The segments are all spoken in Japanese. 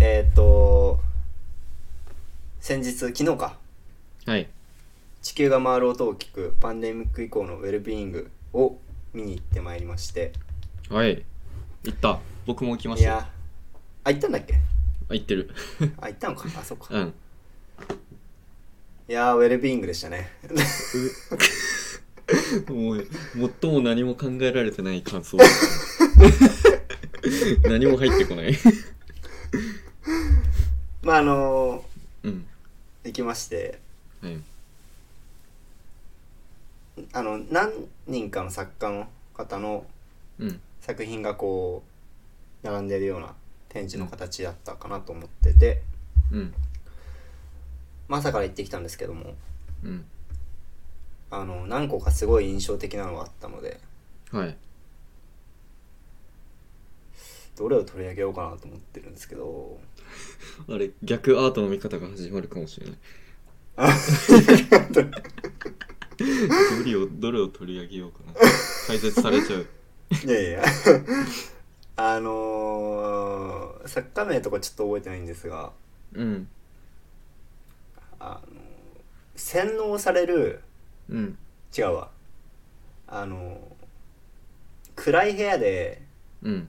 えーっと先日昨日かはい。地球が回る音を聞くパンデミック以降のウェルビーイングを見に行ってまいりましてはい。行った。僕も行きまいしたよ。やあ行ったんだっけあ、行ってる。あ行ったのかあそっかうん。いやーウェルビーイングでしたねもう、最も何も考えられてない感 想。何も入ってこない。まああのうん。ー行きましてはい。あの何人かの作家の方のうん。作品がこう並んでるような展示の形だったかなと思ってて、うん。まあ朝から行ってきたんですけどもうん。あの何個かすごい印象的なのがあったのではい。どれを取り上げようかなと思ってるんですけどあれ、逆アートの見方が始まるかもしれない。 どれを、どれを取り上げようかな。解説されちゃう。いやいや あのー作家名とかちょっと覚えてないんですがうん。あのー洗脳されるうん。違うわあのー暗い部屋でうん。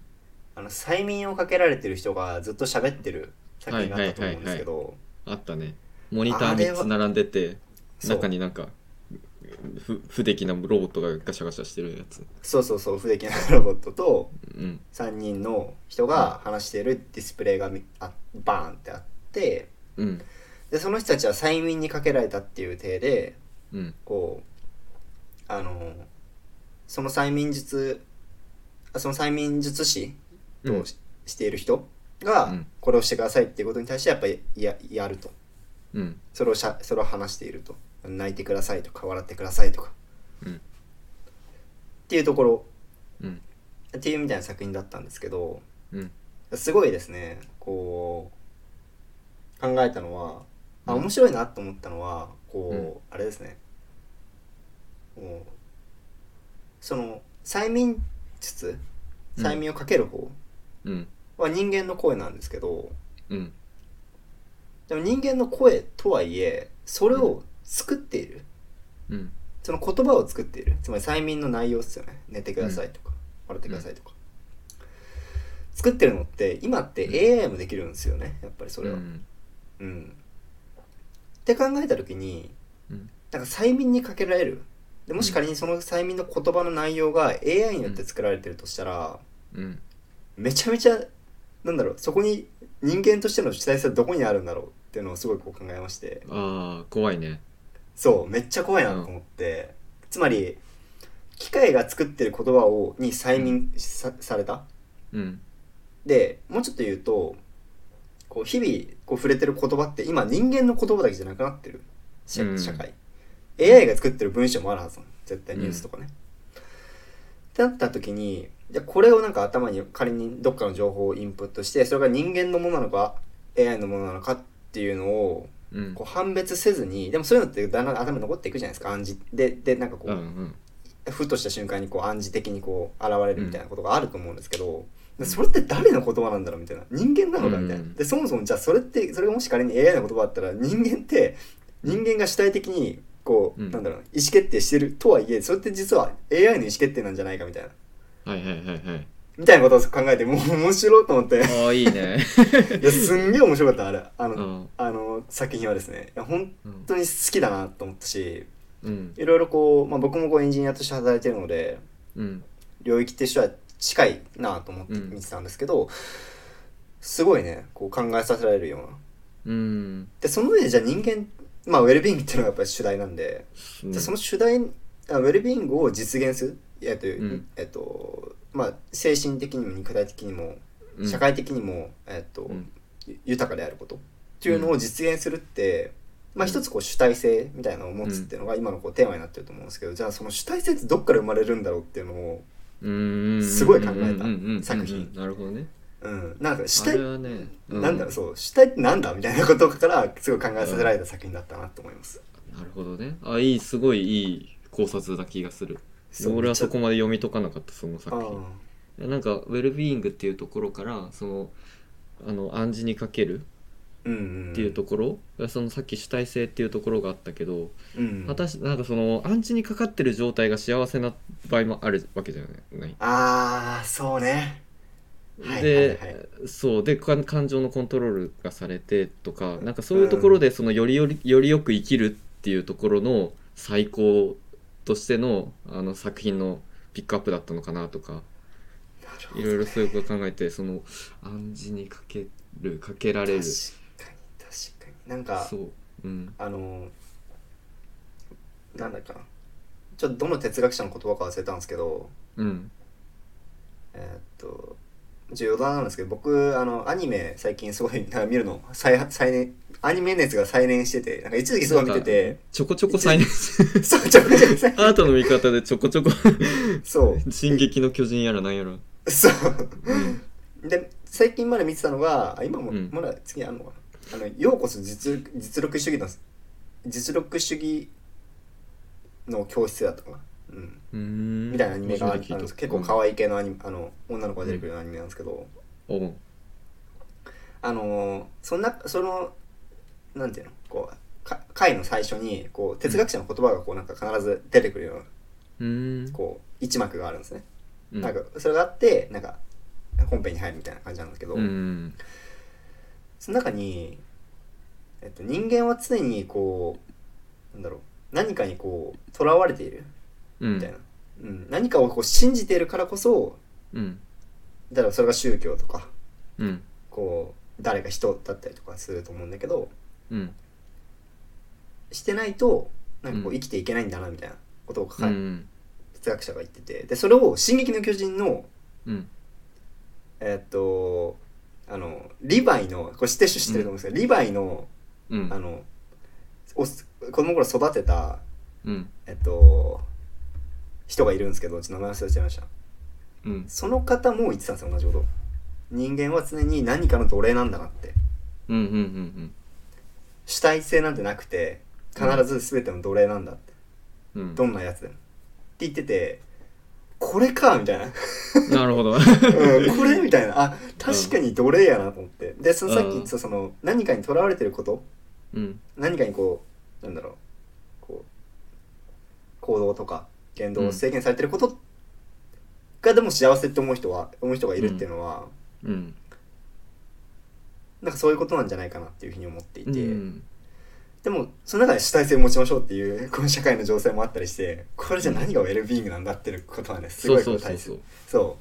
あの催眠をかけられてる人がずっと喋ってる作品があったと思うんですけど、あったね。モニあターれは3つ並んでて、そう中になんか、ふ不出来なロボットがガシャガシャしてるやつ。そうそうそう不出来なロボットとうん。 3人の人が話してるディスプレイがみあバーンってあってうん。でその人たちは催眠にかけられたっていう体でうん。こうあのその催眠術あその催眠術師うんとし,、している人が、うんこれをしてくださいっていうことに対してやっぱりややるとうん。それをしゃそれを話していると泣いてくださいとか笑ってくださいとかうん。っていうところうん。っていうみたいな作品だったんですけどうん。すごいですねこう考えたのはあうん面白いなと思ったのはこう、うんあれですねもうその催眠術うん催眠をかける方うん。は人間の声なんですけどうん。でも人間の声とはいえそれを作っているうん。その言葉を作っているつまり催眠の内容ですよね寝てくださいとか、笑ってくださいとか、作ってるのって今って AI もできるんですよねやっぱりそれは、うん。うん。って考えた時にうん。なんか催眠にかけられるでもし仮にその催眠の言葉の内容が AI によって作られてるとしたら、うん。めちゃめちゃなんだろうそこに人間としての主体性はどこにあるんだろうっていうのをすごいこう考えましてああ、怖いね。そうめっちゃ怖いなと思って、つまり機械が作ってる言葉をに催眠さ,、されたうん。でもうちょっと言うとこう日々こう触れてる言葉って今人間の言葉だけじゃなくなってる社うん社会、AI が作ってる文章もあるはずなの絶対うんニュースとかね。ってなった時にじゃあこれをなんか頭に仮にどっかの情報をインプットしてそれが人間のものなのか AI のものなのかっていうのをうん。こう判別せずにでもそういうのってだんだん頭に残っていくじゃないですか暗示ででなんかこうん。う。うんふとした瞬間にこう暗示的にこう現れるみたいなことがあると思うんですけど、でそれって誰の言葉なんだろうみたいな人間なのかみたいな、うんでそもそもじゃあそれってそれがもし仮に AI の言葉だったら人間って人間が主体的にこう、うんなんだろうな意思決定してるとはいえそれって実は AI の意思決定なんじゃないかみたいなはいはいはいはい。みたいなことを考えてもう面白いと思っ てああ、いいね。いやすんげえ面白かったあれあの、うん。あの作品はですねいや本うん当に好きだなと思ったしうん。いろいろこう、まあ、僕もこうエンジニアとして働いてるのでうん。領域としては近いなと思ってうん見てたんですけど、すごいねこう考えさせられるようなうん。でその上でじゃあ人間まあウェルビーイングっていうのがやっぱり主題なんで、うんじゃあその主題あウェルビーイングを実現するえっと、んえっとまあ精神的にも肉体的にもうん社会的にも、えっと、うんゆ豊かであることっていうのを実現するって、まあ一つこう主体性みたいなのを持つっていうのが今のこうテーマになってると思うんですけど、じゃあその主体性ってどっから生まれるんだろうっていうのをうん。すごい考えたうんうんうんうん作品なるほどね。うん、なんか主あ体、れはね、うなんだろうそう主体ってなんだみたいなことからすごい考えさせられた作品だったなと思います。なるほどね。あ、いい、すごいいい考察な気がする。そう俺はそめっちこまで読み解かなかった、そのゃ作品。なんかウェルビーイングっていうところからそのあの暗示にかけるうんんっていうところ、そのさっき主体性っていうところがあったけど、うん果たしなんかその暗示にかかってる状態が幸せな場合もあるわけじゃない。ああそうねはいで、はいはそうでか感情のコントロールがされてとかなんかそういうところでそのよりよりよりよく生きるっていうところの最高としてのあの作品のピックアップだったのかなとかないろいろそういうことを考えてその暗示にかけるかけられる確かに確かになんかそう、うん、あのなんだっけなちょっとどの哲学者の言葉か忘れたんですけどうんえーっとちょっと余談なんですけど僕あのアニメ最近すごいなんか見るの再再燃アニメ熱が再燃しててなんか一時期すごい見ててちょこちょこ再 燃そうちょめちゃくちゃアートの見方でちょこちょこ そう進撃の巨人やらなんやら、そううんで最近まで見てたのがあ今も、うんまだ次あるのかなあの「ようこそ実実力主義の実力主義の教室」だったかな、うん、うーんみたいなアニメがあったんです結構可い愛い系のアニメあの女の子が出てくるようなアニメなんですけど、い、うんあのーそんなそのなんていうのこうか回の最初にこう哲学者の言葉がこうなんか必ず出てくるようなうーんこう一幕があるんですね、うんなんかそれがあってなんか本編に入るみたいな感じなんですけど、うんその中に、えっと、人間は常にこうなんだろう何かにこうとらわれているみみたいな、うん何かをこう信じているからこそうんだからそれが宗教とかうんこう誰か人だったりとかすると思うんだけどうんしてないとなんかこううん生きていけないんだなみたいなことを書うかれ、ん哲学者が言っててでそれを「進撃の巨人の」うんえっとあのリヴァイのこれ知ってる人知ってると思うんですけど、リヴァイのうんあのお子供の頃育てたうんえっと、人がいるんですけど、ちょっと名前忘れちゃいました。うんその方も言ってたんですよ、同じこと。人間は常に何かの奴隷なんだなって。うんうんうん主体性なんてなくて、必ず全ての奴隷なんだって。うんうんどんなやつでも。って言ってて、これかみたいな。なるほどうん、これみたいな。あ、確かに奴隷やなと思って。で、そのさっき言ってた、その、何かに囚われてること、うん何かにこう、なんだろう、こう、行動とか言動を制限されてることがでも幸せって思う人は、思う人がいるっていうのは、うんなんかそういうことなんじゃないかなっていうふうに思っていて、うんでも、その中で主体性を持ちましょうっていう、 この社会の情勢もあったりして、これじゃ何がウェルビーイングなんだっていうことはね、すそごういこうそうそう大そ切う。そ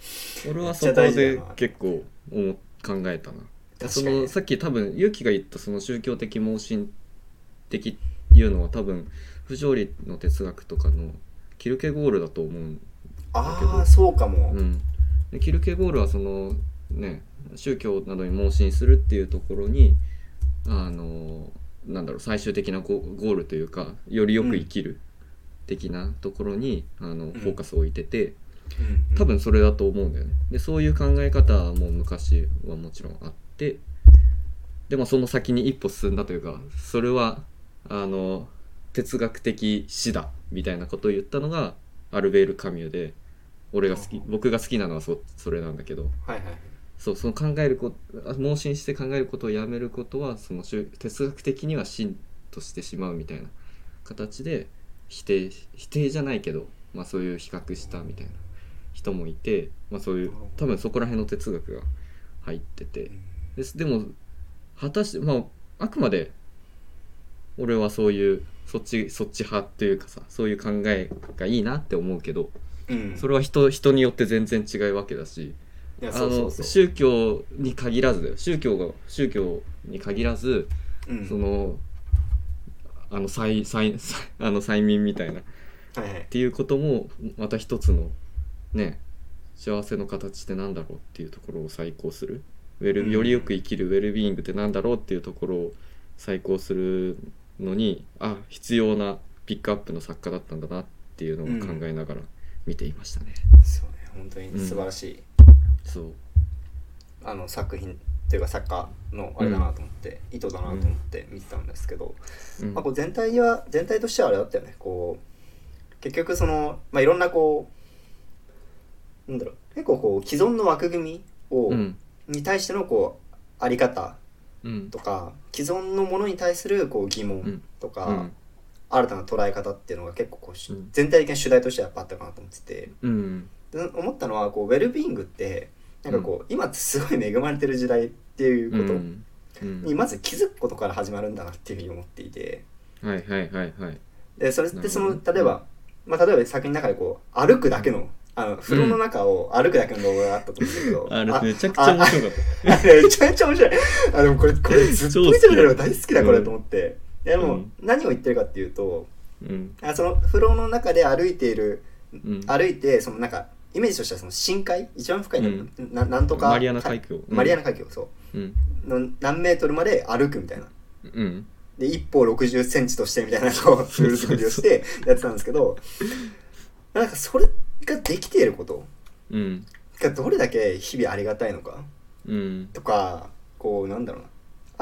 俺はそめっちこゃ大事だでな結構思う考えたなう。そ確かにのね。さっき多分ユキが言ったその宗教的盲信的っていうのは多分不条理の哲学とかのキルケゴールだと思うんああ、そうかも。うん、でキルケゴールはそのね宗教などに盲信するっていうところにあのなんだろう最終的なゴゴールというかよりよく生きる的なところに、あのフォーカスを置いててうん多分それだと思うんだよね。でそういう考え方はもう昔はもちろんあってでもその先に一歩進んだというかそれはあの哲学的死だみたいなことを言ったのがアルベール・カミューで俺が好きああ僕が好きなのはそそれなんだけどはいはい。そうその考えることあ盲信して考えることをやめることはその宗哲学的には真としてしまうみたいな形で否定否定じゃないけど、まあ、そういう比較したみたいな人もいて、まあ、そういう多分そこら辺の哲学が入っててですでも果たしてまああくまで俺はそういうそっちそっち派っていうかさそういう考えがいいなって思うけどうん。それは人人によって全然違うわけだし。いやあそうそのうそう宗教に限らずだよ宗教が宗教に限らず、うんそのあの催催 催あの催眠みたいなっはいはい。ていうこともまた一つのね幸せの形ってなんだろうっていうところを再考するウェうんルよりよく生きるウェルビーイングってなんだろうっていうところを再考するのにあ必要なピックアップの作家だったんだなっていうのを考えながら見ていましたね。そうね、本当に素晴らしい。そうあの作品というか作家のあれだなと思って、意図だなと思って見てたんですけど、うんまあ、こう全体は全体としてはあれだったよねこう結局その、まあ、いろんなこうなんだろう結構こう既存の枠組みを、うんに対してのこうあり方うんとか既存のものに対するこう疑うん問とか、うん新たな捉え方っていうのが結構こうし、うん全体的な主題としてはやっぱあったかなと思っててうんで思ったのはこうウェルビーイングってなんかこう、今ってすごい恵まれてる時代っていううことんうんにまず気づくことから始まるんだなっていうふうに思っていてはいはいはいはいでそれってそなのるほど例えば、まあ、例えば作品の中でこう歩くだけのあの風呂の中を歩くだけの動画があったと思うんだけど、 あれあめちゃくちゃ面白かっあ れめちゃめちゃ面白い。あ、でもこれ、これずっと見てるの大好きだ、これと思って。でうもん、何を言ってるかっていうと、たうんあその風呂の中で歩いている、うん歩いて、そのなんか、イメージとしてはその深海一番深いの、うんななんとか。マリアナ海峡マリアナ海峡、そうんう。の何メートルまで歩くみたいな。うんで、一歩60センチとしてみたいな、こう、ルール作りをしてやってたんですけど、なんかそれができていることうんがどれだけ日々ありがたいのか。うんとかこうなんだろうな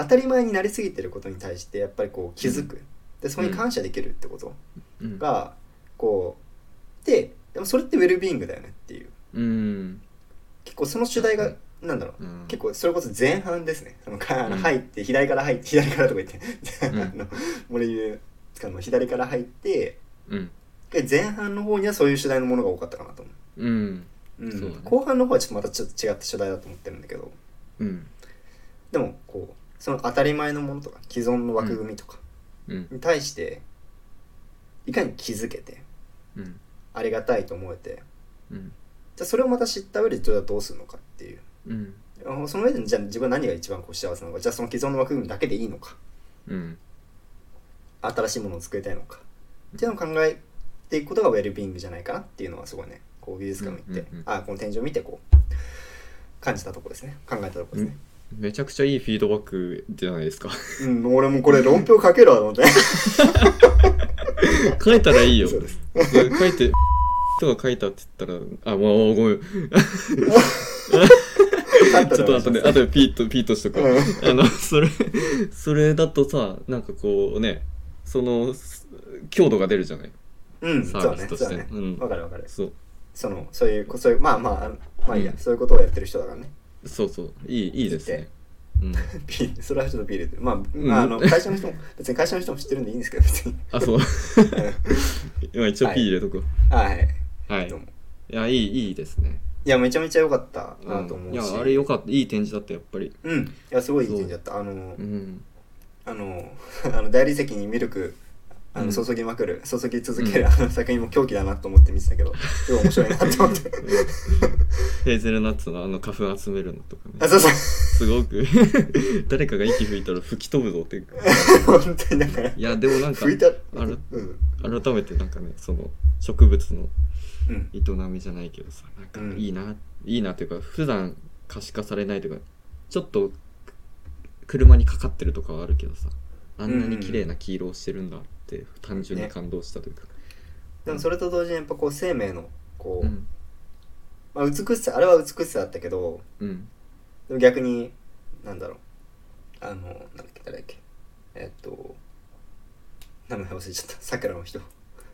当たり前になりすぎてることに対してやっぱりこう気づく、でそこに感謝できるってことうんが、こうででもそれってウェルビーイングだよねっていううん結構その主題が、はいなんだろう、うん結構それこそ前半ですねそのかあのうん入って左から入って 左からとか言って、うん あの森ゆうの左から入ってうんで前半の方にはそういう主題のものが多かったかなと思う。うんうんそうだね後半の方はちょっとまたちょっと違った主題だと思ってるんだけど、うんでもこうその当たり前のものとか既存の枠組みとかうんに対していかに気づけてうんありがたいと思えてうんじゃあそれをまた知った上でじゃあどうするのかっていううんあその上でじゃあ自分は何が一番こう幸せなのかじゃあその既存の枠組みだけでいいのかうん新しいものを作りたいのかっていうのを考えていくことがウェルビーイングじゃないかなっていうのはすごいねこう美術館を行って、うんうんうんあこの展示を見てこう感じたとこですね考えたとこですね、めちゃくちゃいいフィードバックじゃないですかうん俺もこれ論評書けるわと思って書いたらいいよそうです書いてとか書いたって言ったらあまあごめんちょっと後で、後でピーと、ピーとしとくわ。うあの、それ、それだとさ、なんかこうね、その、す強度が出るじゃないうん、サそうだービねスとそしうて。だねうんわ。かるわかるそう。そのそういうこそういうまあまああのまあいいや、うんそういうことをやってる人だからね そうそう。いい、いいですね。うん。ビールそれはちょっとビールってまあ、んまあ、あの会社の人も別に会社の人も知ってるんでいいんですけど別にあ、そう。今一応はい P 入れとくわ。はいはい。どうもいや、いい、いいですね。いやめちゃめちゃ良かったうなと思ん。いうし、うん、や、あれ良かった。いい展示だった、やっぱり。いやすごいいい展示だったあのうん。あの あの大理石にミルクあうのん注ぎまくる、注ぎ続けうるんあの作品も狂気だなと思って見てたけどすごい面白いなと思ってヘーゼルナッツのあの花粉集めるのとかね。 あそうそうすごく 誰かが息吹いたら吹き飛ぶぞっていう本当になんかいやでも なんか拭いたあるうん改めてなんかねその植物のうん営みじゃないけどさなんかうんいいな、いいなというか普段可視化されないというかちょっと車にかかってるとかはあるけどさあんなに綺麗な黄色をしてるんだって単純に感動したというか、でもそれと同時にやっぱこう生命のこう、うんまあ、美しさあれは美しさだったけどうんでも逆になんだろうあのなんだっけ誰だっけえっと名前忘れちゃったさくらの人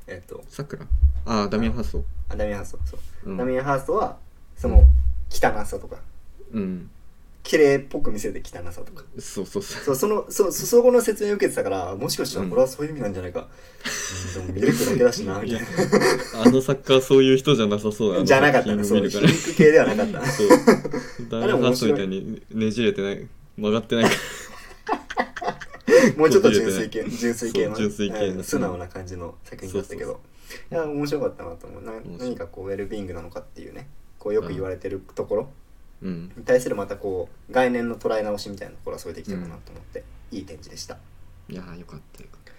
えっとさくらああダミアン・ハッソあダミアン・ハーストそう、うんダミアン・ハーストはそうのん汚さとかうん綺麗っぽく見せて汚さとかそうそう そそううそのそそそこの説明を受けてたからもしかしたらこれはそういう意味なんじゃないか、うん、でもミルクだけだしなみたいあの作家そういう人じゃなさそうだな じゃなかったねそう見る皮から肉系ではなかったそう。 ダイヤハースみたいにねじれてない、曲がってないか もうちょっと純粋系純粋系のそう純粋系のうん素直な感じの作品だったけどいや面白かったなと思うな白い何かこうウェルビーイングなのかっていうねこうよく言われてるところら。うん。に対するまたこう概念の捉え直しみたいなところはそれできたかなと思って、いい展示でしたいやー、よかったよかっ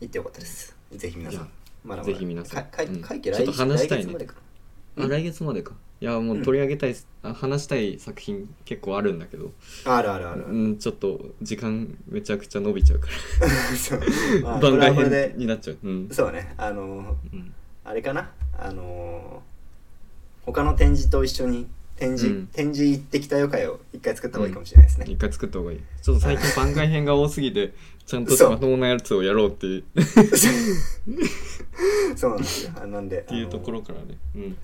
行ってよかったですぜひ皆さいんやまぜひ皆さんかかうん会期来ちょっと話したいね来月までかなた。あ、来月までか。いやー、もう取り上げたい、あ話したい作品結構あるんだけど、あるあるある、うん、ちょっと時間めちゃくちゃ伸びちゃうか そうまら、あこ 番れは外これ編でになっちゃう。うん。そうねあのうんあれかなあのー他の展示と一緒に展示、うん展示行ってきたよ会を一回作った方がいいかもしれないですね、一回作った方がいい。ちょっと最近番外編が多すぎて、ちゃんとしたまともなやつをやろうっていうっ そうなんですよあなんでていうとこあのろからね。うん。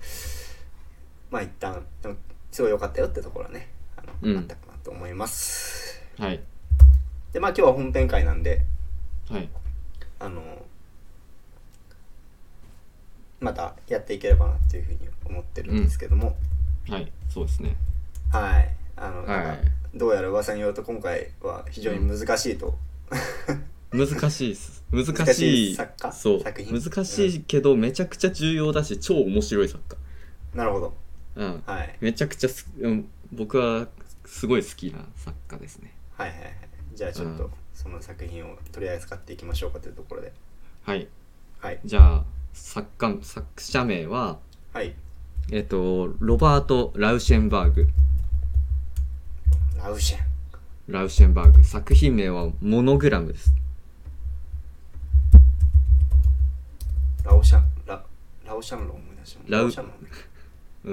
まあ一旦でもすごい良かったよってところはねあうんあったかなと思います。はいで、まあ今日は本編会なんで、はいあの、またやっていければなっていうふうに思ってるんですけども、はいそうですねはい。あの、はなんかどうやら噂によると今回は非常に難しいと。い難しいっす難難ししいい作家そう作品難しいけど、めちゃくちゃ重要だし超面白い作なるほど。家うんはい。めちゃくちゃす、うん、僕はすごい好きな作家ですねはいはいはい。じゃあちょっうとんその作品を取り扱っていきましょうかというところで。はいはい。じゃあ作家作者名ははい。えっ、とロバート・ラウシェンバーグラウシェン。ラウシェンバーグ作品名はモノグラムですラオシャン、ラ、ラオシャンロン思い出した。ラウシャンロ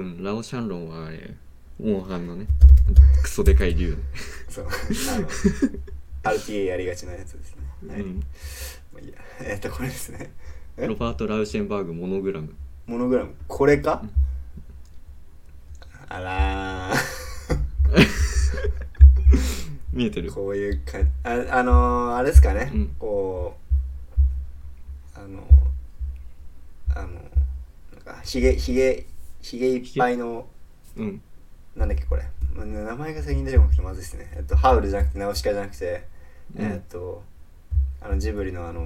ン。うんラオシャンロンはあれモンハンのねクソでかい竜、そう。 あの、RTA やりがちなやつですね。はい。うまん、あいいや。えっと、これですね。えロバート・ラウシェンバーグモノグラムモノグラム。これかあら見えてー。るこういうか、あ、あのー、あれですかね。うんこう、あのー、あのー、なんか、ひげ、ひげ、ひげいっぱいの、うんなんだっけこれ。ま名前が先に出てこなくてまずいですね。えっと、ハウルじゃなくて、ナウシカじゃなくて、うんえっと、あの、ジブリのあの、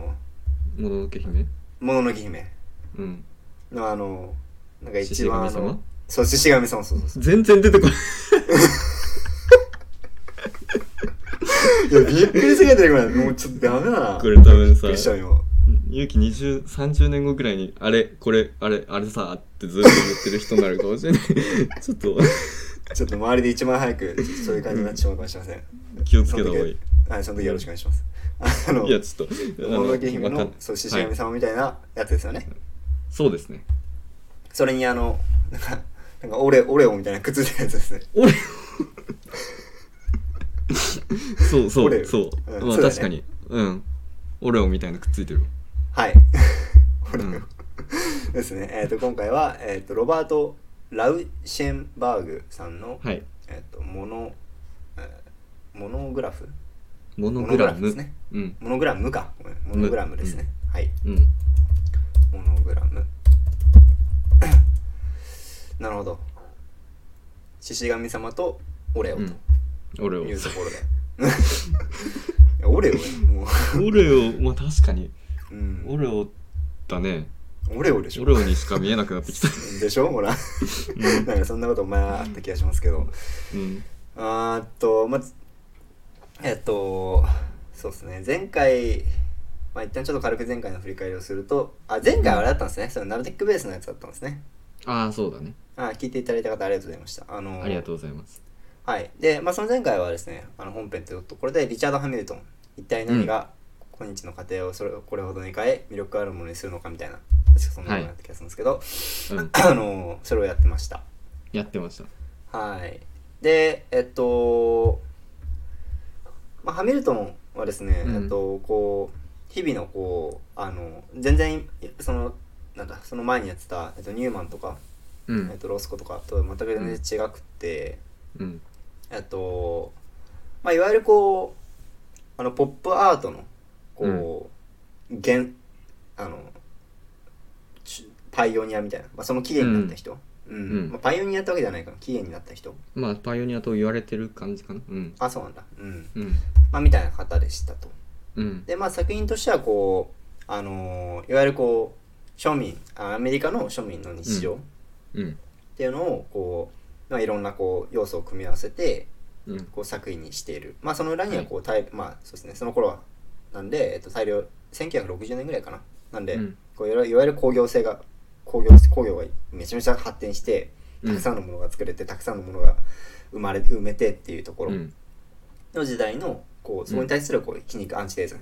もののけ姫もののけ姫うんのあの、なんか獅一子番あ神の様、そう、獅子神様、そうそうそ。全然出てこ ないういや、びっくりすぎてるぐらい、もうちょっとダメだな。 これび多分っさくりしたよ。ゆうき20、30年後ぐらいに、あれ、これ、あれ、あれさ、ってずっと言ってる人になるかもしれない。 ちょっと、ちょっと周りで一番早く、そういう感じになってしまうかもしれません。気をつけた方がいい。はい、その時よろしくお願いします。あの、いや、ちょっと、もののけ姫わかんのない、そう、獅子は神い様みたいなやつですよね。そうですね。それにあの、なんか、なんかオレ、オレオみたいな靴のやつですね。俺、 そうそ俺う、そう。うんまあ、そうだね確かに、うん。オレオみたいなくっついてるわ。はい。 オレうオ。ん、ですね、えー、と今回は、えー、とロバート・ラウシェンバーグさんの、はい。えー、とモノ、えーモノグラフモノモノグラグラムでム。すねうん。モノグラムかごめんモノグラムですね、はいうん。モノグラム なるほど獅子神様とオレオうんとオレオ。 いうところで、 いやオレオやもオレオ、まあ確かに、う、うん、オレオだね。オレオでしょオレオにしか見えなくなってきた。でしょほらなんかそんなこと前あった気がしますけど、 うん。あーっとまずえっとそうですね前回まあ一旦ちょっと軽く前回の振り返りをするとあ前回はあれだったんですね、そのナブテックベースのやつだったんですねああ、そうだね。あ聞いていただいた方ありがとうございましたあのありがとうございます。はいで、まあ、その前回はですねあの本編というところでリチャード・ハミルトン一体何が今日の過程をそれこれほどに変え魅力あるものにするのかみたいな確かそんなものだった気がするんですけど、うん。あのそれをやってましたやってました。はい。で、えっと、まあ、ハミルトンはですね、うんえっと、こう、日々のこう、あの、全然、その、なんだ、その前にやってた、えっと、ニューマンとか、うえっん。と、ロースコとかと全く全然違くって、うん。えっと、まあ、いわゆるこう、あの、ポップアートの、こう、原、あの、ちパイオニアみたいな、まあ、その起源になった人、うんうんまあ、パイオニアってわけじゃないから、起源になった人、まあ、パイオニアと言われてる感じかな。うん。あそうなんだうんうん。まあみたいな方でしたとうん。でまあ作品としてはこうあのーいわゆるこう庶民あアメリカの庶民の日常っうん。ていうのをこう、まあ、いろんなこう要素を組み合わせてうん。こう作品にしているまあその裏にはこう、大まあそうですねその頃はなんで、えっと、大量1960年ぐらいかななんで、うんこういわゆるいわゆる工業性が工業工業がめちゃめちゃ発展してたくさんのものが作れて、たくさんのものが生まれ埋めてっていうところ、うん。の時代のこうそこに対するこう筋肉アンチテーゼっ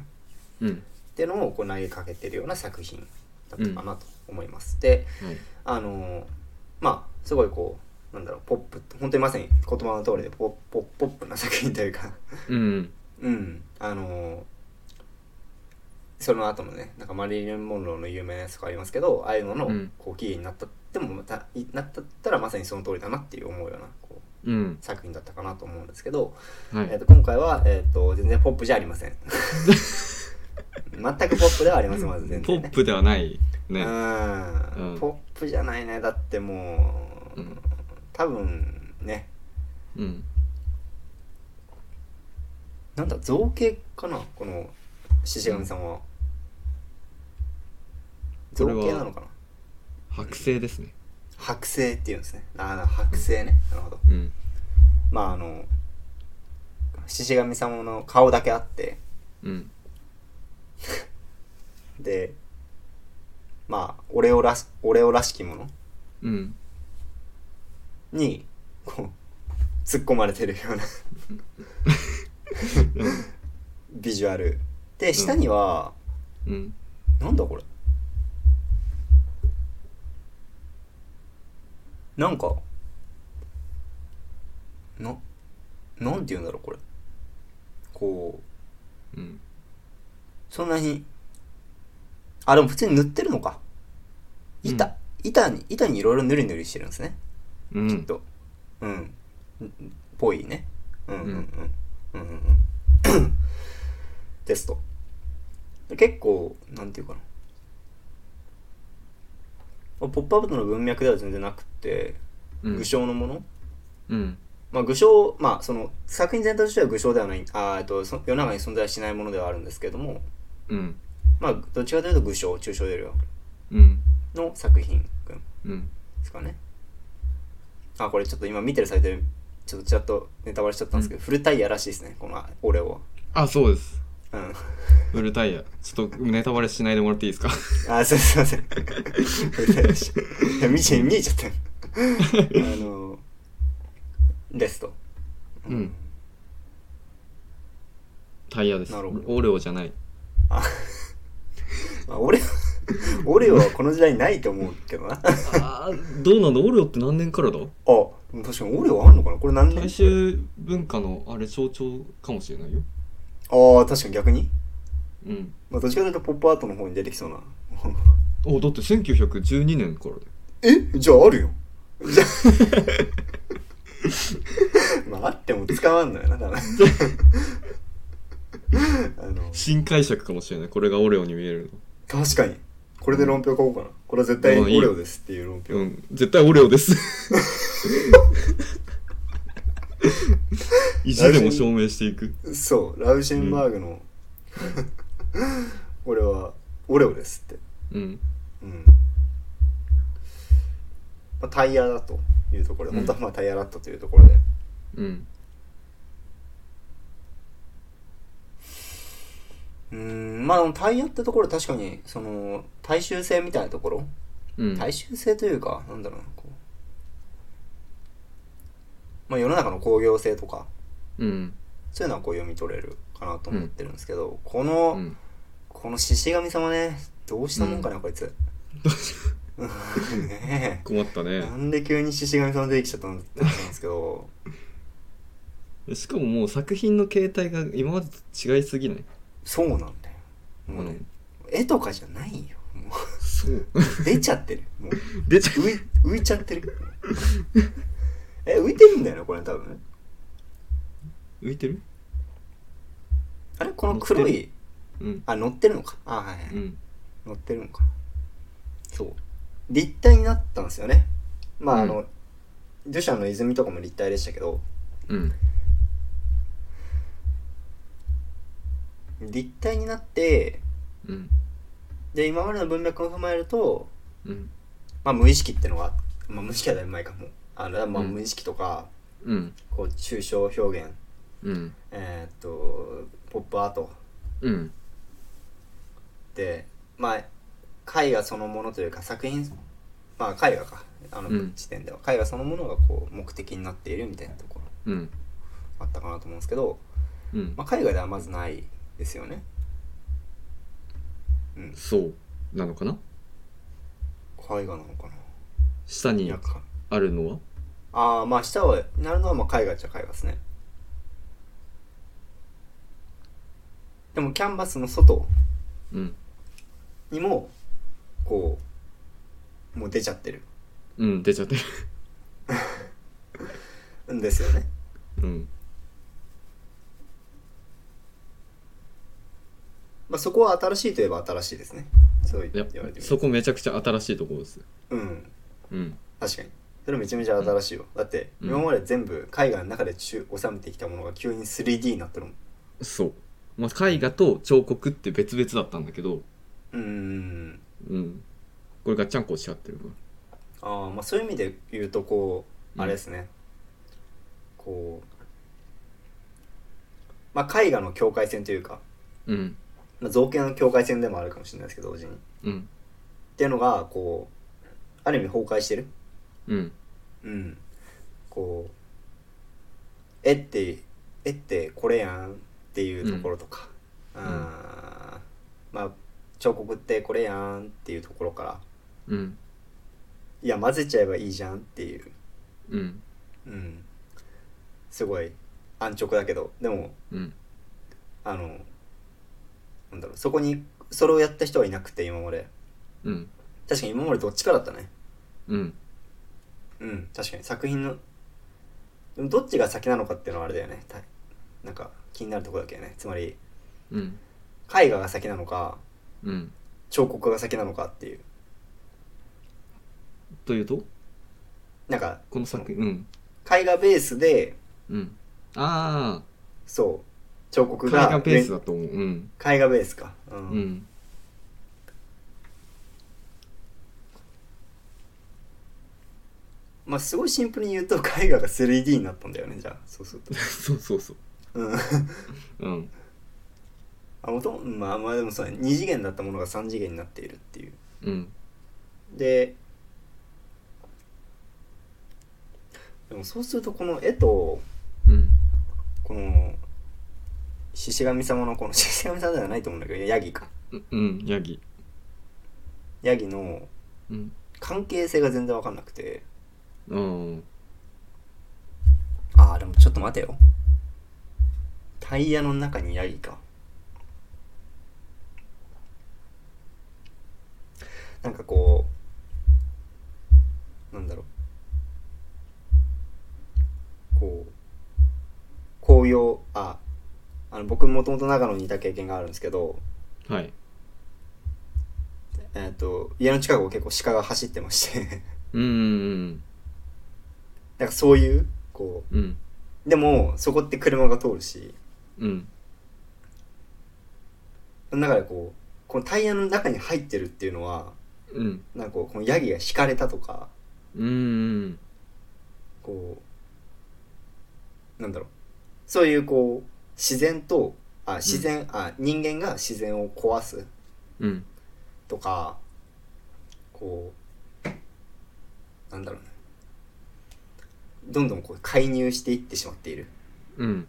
うん。ていうのをこう投げかけてるような作品だったかなと思います。ではい。あのーまあすごいこうなんだろうポップ本当にまさに言葉の通りでポポポップな作品というかうん。うんあのーその後のねなんかマリリン・モンローの有名なやつとかありますけどああいうののうんこう起源になったってもまたいなったったらまさにその通りだなっていう思うようなこううん作品だったかなと思うんですけど、はえー、いと今回は、えー、と全然ポップじゃありま せん全くポップではありませんまず全ポ然、ッね、プではないねうんうんポップじゃないねだってもう、うん多分ねうんなんだ造形かなこの獅子神さんは、こ造れは形なのかな剥製ですね剥製っていうんですねああ剥製ねなるほどうんまああの獅子神様の顔だけあってうんでまあ俺をらし俺をらしきものうんにこう突っ込まれてるような ビジュアルで下には、うんなんだこれなんかななんて言うんだろうこれこううんそんなにあでも普通に塗ってるのか板、うん板に板にいろいろぬりぬりしてるんですねうんきっとうんうんぽいねうんうんうんうんうんうんですとで結構なんていうかなまあポップアップの文脈では全然なくってうん具象のもの、うんまあ具象まあその作品全体としては具象ではないあーえっとそ世の中に存在しないものではあるんですけどもうんまあどっちかというと具象抽象よりはうんの作品群うんですかねあこれちょっと今見てるサイトでちょっとちらっとネタバレしちゃったんですけど、フルタイヤらしいですねこの俺をあそうですうんフルタイヤちょっとネタバレしないでもらっていいですかあすいません フルタイヤらしいいや見ちゃ見えちゃったよあのですとうんタイヤですなるほどオレオじゃないまあ、俺俺はこの時代にないと思うけどなああーどうなんだオレオって何年からだ確かに俺はあんのかなこれ何年大衆文化のあれ象徴かもしれないよああ確かに逆に、うんまあ、どっちかというとポップアートの方に出てきそうなおだって1912年からだよえじゃああるよじゃあ まああっても使わんのよな多 分あの新解釈かもしれないこれがオレオに見える確かにこれで論評書こうかなこれは絶対うんいいオレオですっていう論評のうん絶対オレオ です意地でも証明していくそうラウシェンバーグの、 これはオレオですってうんうんまあ、タイヤだというところで、う本ん当はまあタイヤだったというところでうんうんまあでもタイヤってところ確かにその大衆性みたいなところ、うん大衆性というかなんだろうなこう、まあ、世の中の工業性とかうんそういうのはこう読み取れるかなと思ってるんですけど、こうの、んこの獅子神様ねどうしたもんかな、こいつ ね困ったえねなんで急に獅子神様出てきちゃったんだって話なんですけどしかももう作品の形態が今までと違いすぎないそうなんだよもうね、うん絵とかじゃないよもそうう出ちゃってるもう出ちゃ浮い浮いちゃって るえ浮いてるんだよねこれ多分う浮いてるあれこの黒乗っいうんあ乗ってるのかあはいはい、うん乗ってるのかそう立体になったんですよねまああの、ジョシュアの泉とかも立体でしたけどうん立体になってうんで今までの文脈を踏まえると、うんまあ、無意識ってのが、まあ、無意識はだいぶ前かもあの、まあ、うん無意識とか、うんこう抽象表現うんえーっとポップアートうんでまあ絵画そのものというか作品まあ絵画かあのうん時点では、絵画そのものがこう目的になっているみたいなところうんあったかなと思うんですけど、うんまあ、絵画ではまずないですよねそうなのかな絵画なのかな下いにやかあるのはああまあ下はなるのはまあ絵画っちゃ絵画ですねでもキャンバスの外うんにもこうもう出ちゃってるうん出ちゃってるんですよね。うんまあ、そこは新しいといえば新しいですね。そうい言やわれてみそる。こめちゃくちゃ新しいところですうん。うん確かに。それめちゃめちゃ新しいよ。だって、うん今まで全部海外の中で中収めてきたものが急に 3D になってるもん。そう、まあ、絵画と彫刻って別々だったんだけどうーん。うんこれガッチャンコしちゃってるからああ、まあそういう意味で言うと、こうんう、あれですね。こう、まあ絵画の境界線というか、うんまあ、造形の境界線でもあるかもしれないですけど、同時に。っうんていうのが、こう、ある意味崩壊してる。うんうん、こう「え」って「え」ってこれやんっていうところとか、あーまあ彫刻ってこれやんっていうところからうんいや混ぜちゃえばいいじゃんっていう、うんうん、すごい安直だけどでもうんあのなんだろうそこにそれをやった人はいなくて今までうん確かに今までどっちかだったねうんうん確かに作品のでもどっちが先なのかっていうのはあれだよねたなんか気になるところだけどねつまりうん絵画が先なのかうん彫刻が先なのかっていうというとなんかこの作品うん絵画ベースでうんあそう彫あ絵刻が画ベースだと思ううん上絵画ベースかうん、うんまあすごいシンプルに言うと絵画が 3D になったんだよねじゃあそうするとそうそうそううんうんあ元々まあまあでもさ2次元だったものが3次元になっているっていううんででもそうするとこの絵とうんこの獅子神様のこの 獅子神様ではないと思うんだけどヤギかうんうんヤギヤギのうん関係性が全然分かんなくてうんああでもちょっと待てよタイヤの中にヤギかなんかこうなんだろうこう紅葉ああの僕もともと長野にいた経験があるんですけど、はいえっと家の近くを結構鹿が走ってまして うんうんなんかそういうこうんうんうでもそこって車が通るしうんだからこうこのタイヤの中に入ってるっていうのはうんなんかこうこのヤギが引かれたとかうんこうなんだろうそういうこう自然とあ自然、あ人間が自然を壊すうんとかこうなんだろうねどんどんこう介入していってしまっている。うん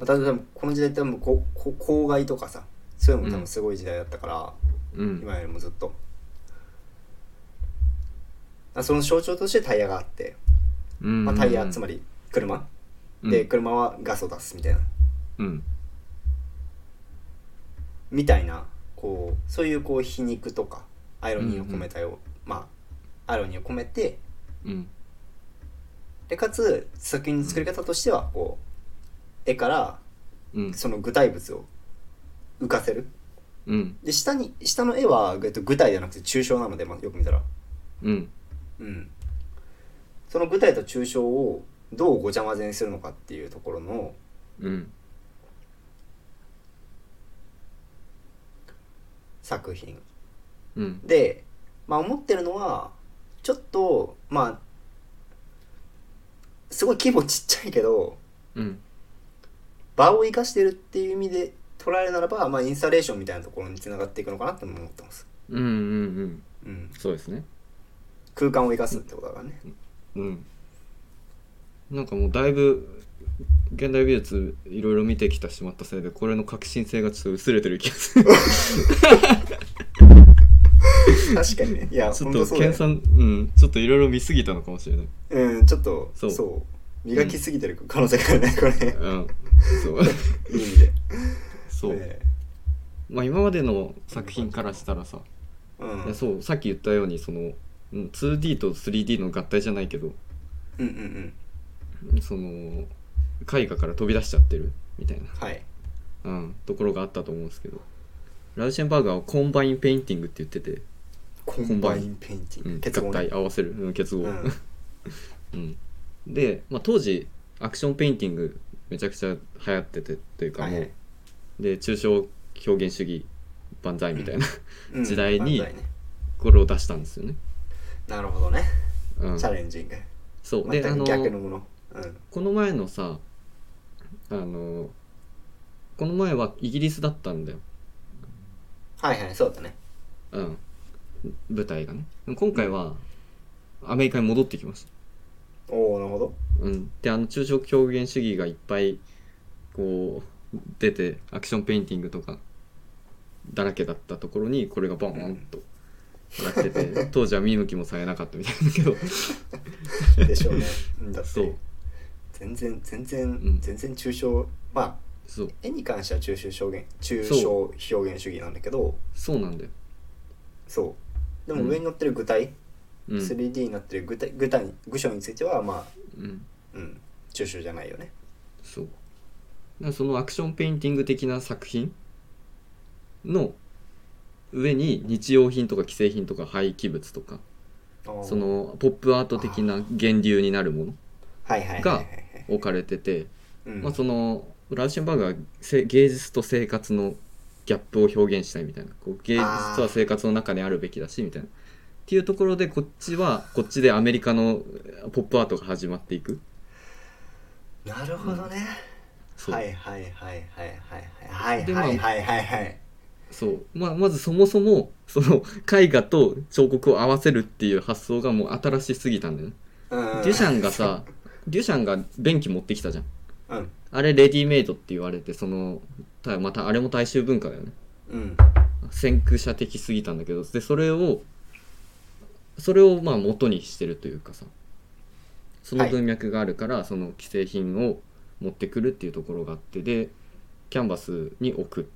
まあ、例えばこの時代って多分ここ公害とかさそういうのも多分すごい時代だったから、うん今よりもずっとあその象徴としてタイヤがあって、うんまあ、タイヤつまり車、で車はガスを出すみたいなうんみたいなこうそういうこう皮肉とかアイロニーを込めたよ、まあアイロニーを込めてうんでかつ作品の作り方としてはこう絵からうんその具体物を浮かせるうんで下に下の絵はえっと具体じゃなくて抽象なので、まあ、よく見たらうんうん、その具体と抽象をどうごちゃ混ぜにするのかっていうところのうん作品うんで、まあ、思ってるのはちょっとまあすごい規模ちっちゃいけどうん場を生かしてるっていう意味で捉えるならば、まあ、インスタレーションみたいなところにつながっていくのかなって思ってます、うんうんうんうん、そうですね空間を生かすってことだからねうんなんかもうだいぶ現代美術いろいろ見てきたしまったせいでこれの革新性がちょっと薄れてる気がする確かにねいやちょ本っ当とそうだ研よね鑽うんちょっといろいろ見すぎたのかもしれないうんちょっとそそうう磨きすぎてる可能性があるねこれうんそう いい意味でそうえまあ今までの作品からしたらさえうんいやそうさっき言ったようにそのうん 2D と 3D の合体じゃないけどうんうんうんその絵画から飛び出しちゃってるみたいな、はいうん、ところがあったと思うんですけどラウシェンバーガーはコンバインペインティングって言ってて、コンンババインインペインテうィンん、グ結合合体合わせる、うん、結合、ううんん で、まあ、当時アクションペインティングめちゃくちゃ流行っててっていうかもう、はいはいで抽象表現主義万歳みたいな うん時代に漫才ね頃を出したんですよね。なるほどねうんチ、ャレンジングそう全であくの逆のものうんこの前のさあのこの前はイギリスだったんだよ、はいはいそうだねうん、舞台がね今回はアメリカに戻ってきました、おおなる ほどうん、であの抽象表現主義がいっぱいこう出てアクションペインティングとかだらけだったところにこれがボーンとやってて当時は見向きもされなかったみたいなんだけどでしょうねうんだっ そうて全然全ん然全然抽象まあそう絵に関しては抽象表現抽象そ表現主義なんだけどそうなんだよ、そうでもうん上に乗ってる具体、うん 3D になってる具体具体具象についてはまあうん、うん抽象じゃないよねそうだからそのアクションペインティング的な作品の上に日用品とか既製品とか廃棄物とかあーそのポップアート的な源流になるものはいはいはいはいがはい置かれてて、うんまあ、そのラウシェンバーグはせ芸術と生活のギャップを表現したいみたいなこう芸術とは生活の中にあるべきだしみたいなっていうところでこっちはこっちでアメリカのポップアートが始まっていくなるほどね、そうはいはいはいはいはいはいではいはいはいはいそうまあ、まずそもそもその絵画と彫刻を合わせるっていう発想がもう新しすぎたんだよね、うんデュシャンがさデュシャンが便器持ってきたじゃんうんあれレディメイドって言われてそのたまたあれも大衆文化だよねうん先駆者的すぎたんだけどでそれをそれをまあ元にしてるというかさその文脈があるから、その既製品を持ってくるっていうところがあってでキャンバスに置く、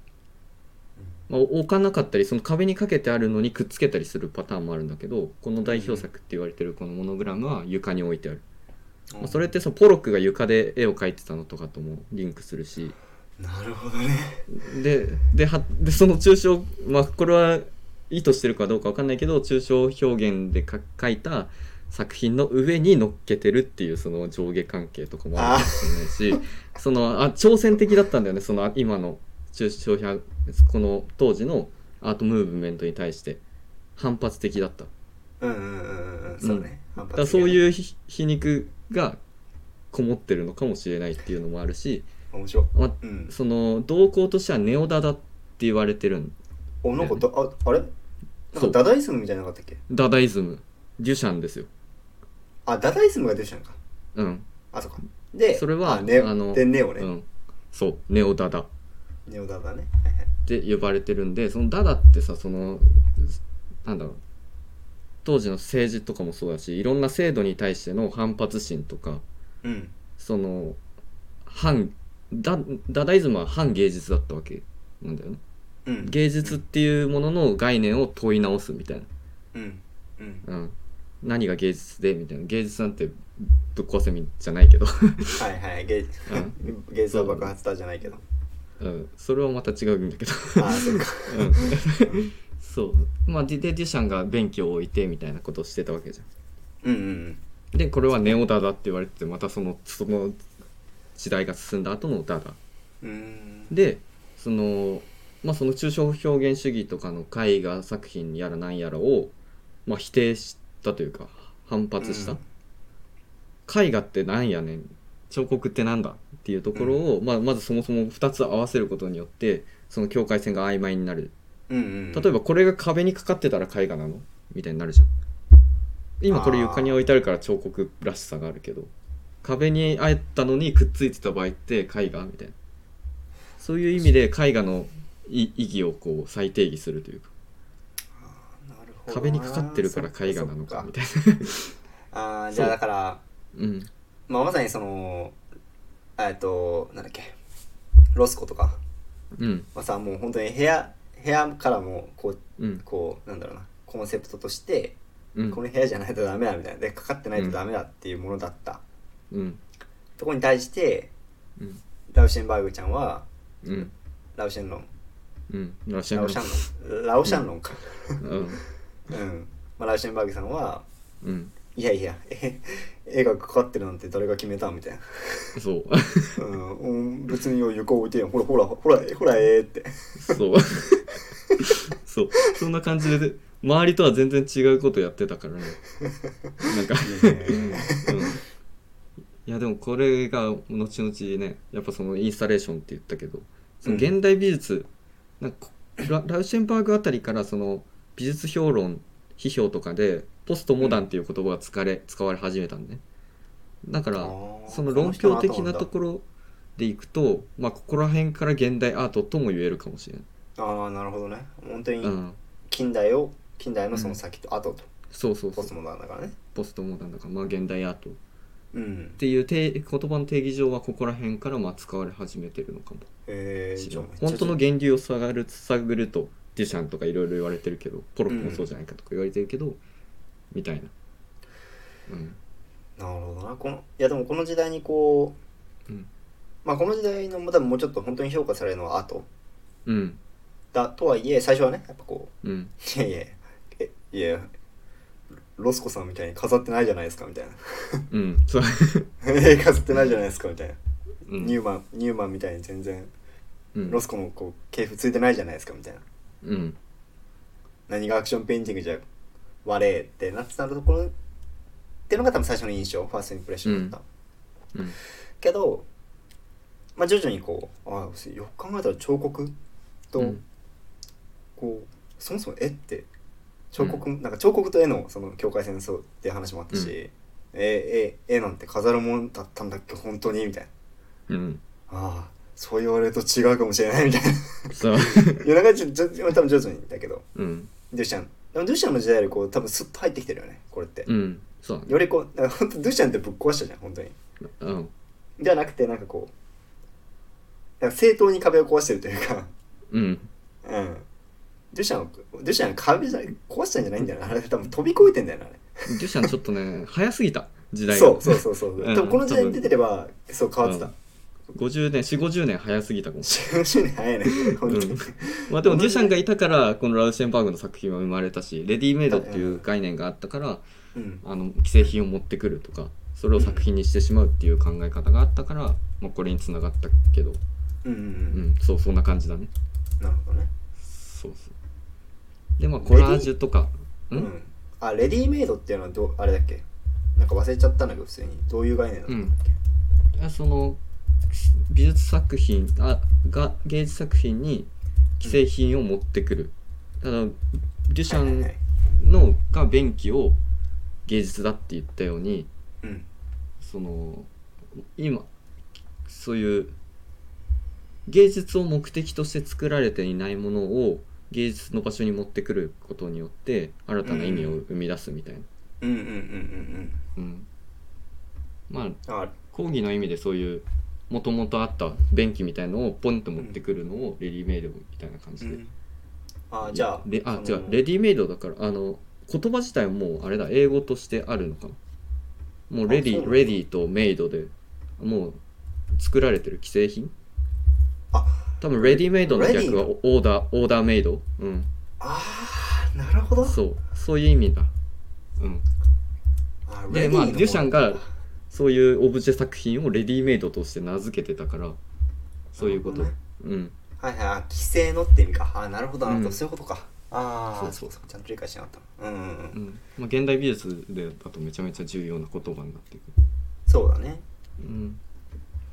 まあ、置かなかったりその壁にかけてあるのにくっつけたりするパターンもあるんだけどこの代表作って言われてるこのモノグラムは床に置いてある、まあ、それってさポロックが床で絵を描いてたのとかともリンクするし、なるほどねでではでその抽象まあこれは意図してるかどうかわかんないけど抽象表現でか書いた作品の上に乗っけてるっていうその上下関係とかもあるかもしれないしそのあ挑戦的だったんだよねそのあ今の抽象表この当時のアートムーブメントに対して反発的だったうんうんうんうんうんそうね、反発だからそうういうひ皮肉がこもってるのかもしれないっていうのもあるし、面白いまあ、うんその動向としてはネオダダって言われてるんおなんかだああれなんそかうダダイズムみたいなのなかったっけダダイズムデュシャンですよあダダイズムがデュシャンかうんあそっかでそれはあ,、ね、あのでネオね、うんそうネオダダっネオダダねて呼ばれてるんでそのダダってさそのなんだろう当時の政治とかもそうだしいろんな制度に対しての反発心とかうんその反ダダダイズムは反芸術だったわけなんだよねうん芸術っていうものの概念を問い直すみたいなうんうんうん、何が芸術でみたいな芸術なんてぶっ壊せみじゃないけど、 はいはい芸芸術は爆発だじゃないけどうん、それはまた違うんだけど、あそうかうん、そうまあででデュシャンが便器を置いてみたいなことをしてたわけじゃうんうんんでこれはネオダダって言われててまたそのその時代が進んだ後のダダうんうーんでそのまあその抽象表現主義とかの絵画作品やらなんやらを、まあ、否定したというか反発した、うん絵画ってなんやねん彫刻ってなんだっていうところを、まあ、まずそもそも2つ合わせることによってその境界線が曖昧になるうんうん例えばこれが壁にかかってたら絵画なのみたいになるじゃん今これ床に置いてあるから彫刻らしさがあるけど壁にあえたのにくっついてた場合って絵画みたいなそういう意味で絵画の意意義をこう再定義するというかなるほどな壁にかかってるから絵画なのかそみったいあーじゃあだからなうんまあまさにそのえっとなんだっけロスコとかうんまあさもう本当に部屋部屋からもこううんこうなんだろうなコンセプトとしてうんこの部屋じゃないとダメだみたいなでかかってないとダメだっていうものだった、うんとこに対してうんラウシェンバーグちゃんはうんラウシェンロンうんラシラャンオシャンロンラオシャンロンか、うんうんまあ、ラウシェンバーグさんはうんいやいやえ絵がかかってるなんて誰が決めたみたいな、そううんうん、別によ横置いてんよほらほらほらほらええってそうそうそんな感じで周りとは全然違うことやってたからねなんかうん、いやでもこれが後々ねやっぱそのインスタレーションって言ったけどそのうん現代美術、なんかこララウシェンバーグあたりからその美術評論批評とかでポストモダンっていう言葉が使われ,、使われ始めたんで、ね、だからその論評的なところでいくと、まあ、ここら辺から現代アートとも言えるかもしれない、ろああなるほどね本当うにん、近代を近代のその先と後とそうそうそポうストモダンだからねポストモダンだから、まあ、現代アートっうんていうて言葉の定義上はここら辺からまあ使われ始めてるのかもえー、じゃあ本当の源流を探る探るとデュシャンとかいろいろ言われてるけどポロックもそうじゃないかとか言われてるけど、みたいな、うん、なるほどなこのいやでもこの時代にこう、うんまあこの時代の多分もうちょっと本当に評価されるのは後うんだとはいえ最初はねやっぱこうんういやいやえいやロスコさんみたいに飾ってないじゃないですかみたいな うんそう、え飾ってないじゃないですかみたいな、うニュんーマンニューマンみたいに全然うんロスコのこう系譜ついてないじゃないですかみたいなうん何がアクションペインティングじゃ悪えってなってたところっていうのが多分最初の印象ファーストインプレッションだった、うんけど、まあ、徐々にこうあよく考えたら彫刻と、うんこうそもそも絵って彫刻、なんか彫刻と絵のその境界線そうっていう話もあったし、うんえ絵絵なんて飾るもんだったんだっけ本当にみたいなうんああそう言われると違うかもしれないみたいな そう いやなんかちょちょ多分徐々にだけどうんドゥシャンでもドゥシャンの時代よりこう多分スッと入ってきてるよねこれって、うんそうだねよりこうだから本当ドゥシャンってぶっ壊したじゃん本当にうんじゃなくてなんかこうなんか正当に壁を壊してるというか うんうんドゥシャンはドゥシャンは壁じゃ壊したんじゃないんだよなあれ多分飛び越えてんだよなあれデュシャンちょっとね早すぎた時代がそうそうそうそう、うんでもこの時代に出てればそう変わってた、 50年4 5 0年早すぎたかもし周年早いね本当に、うんれないまあでもデュシャンがいたからこのラウシェンバーグの作品は生まれたしレディメイドっていう概念があったからうんあの既製品を持ってくるとかそれを作品にしてしまうっていう考え方があったから、まあ、これにつながったけど、うんうんううんん、そうそんな感じだねなるほどねそうそうでまあコラージュとかうんうん、んあレディメイドっていうのはどうあれだっけなんか忘れちゃったんだけど普通にどういう概念だったんだっけ、いやその美術作品あが芸術作品に既製品を持ってくる、ただデュシャはいはいはンいのが便器を芸術だって言ったようにうんその今そういう芸術を目的として作られていないものを芸術の場所に持ってくることによって新たな意味を生み出すみたいな、うんうんうんうんうんまあうんあ講義の意味でそういうもともとあった便器みたいのをポンと持ってくるのをレディメイドみたいな感うじで、んあじゃあレあ違そうのレディメイドだからあの言葉自体もうあれだ英語としてあるのかなもうレデあそうなィんだレディとメイドでもう作られてる既製品あ多分レディメイドのレディ逆はオーダーオーダーメイドうんあーなるほどそうそういう意味だうんあでレディーまあの方デュシャンがそういうオブジェ作品をレディメイドとして名付けてたからそういうこと、なるうんはいはいあ規制のって意味かあーなるほどなるほど、うんそういうことかああそうそうそうちゃんと理解しなかったうんうん、う、うんんまあ、現代美術でだとめちゃめちゃ重要な言葉になってくるそうだねうん、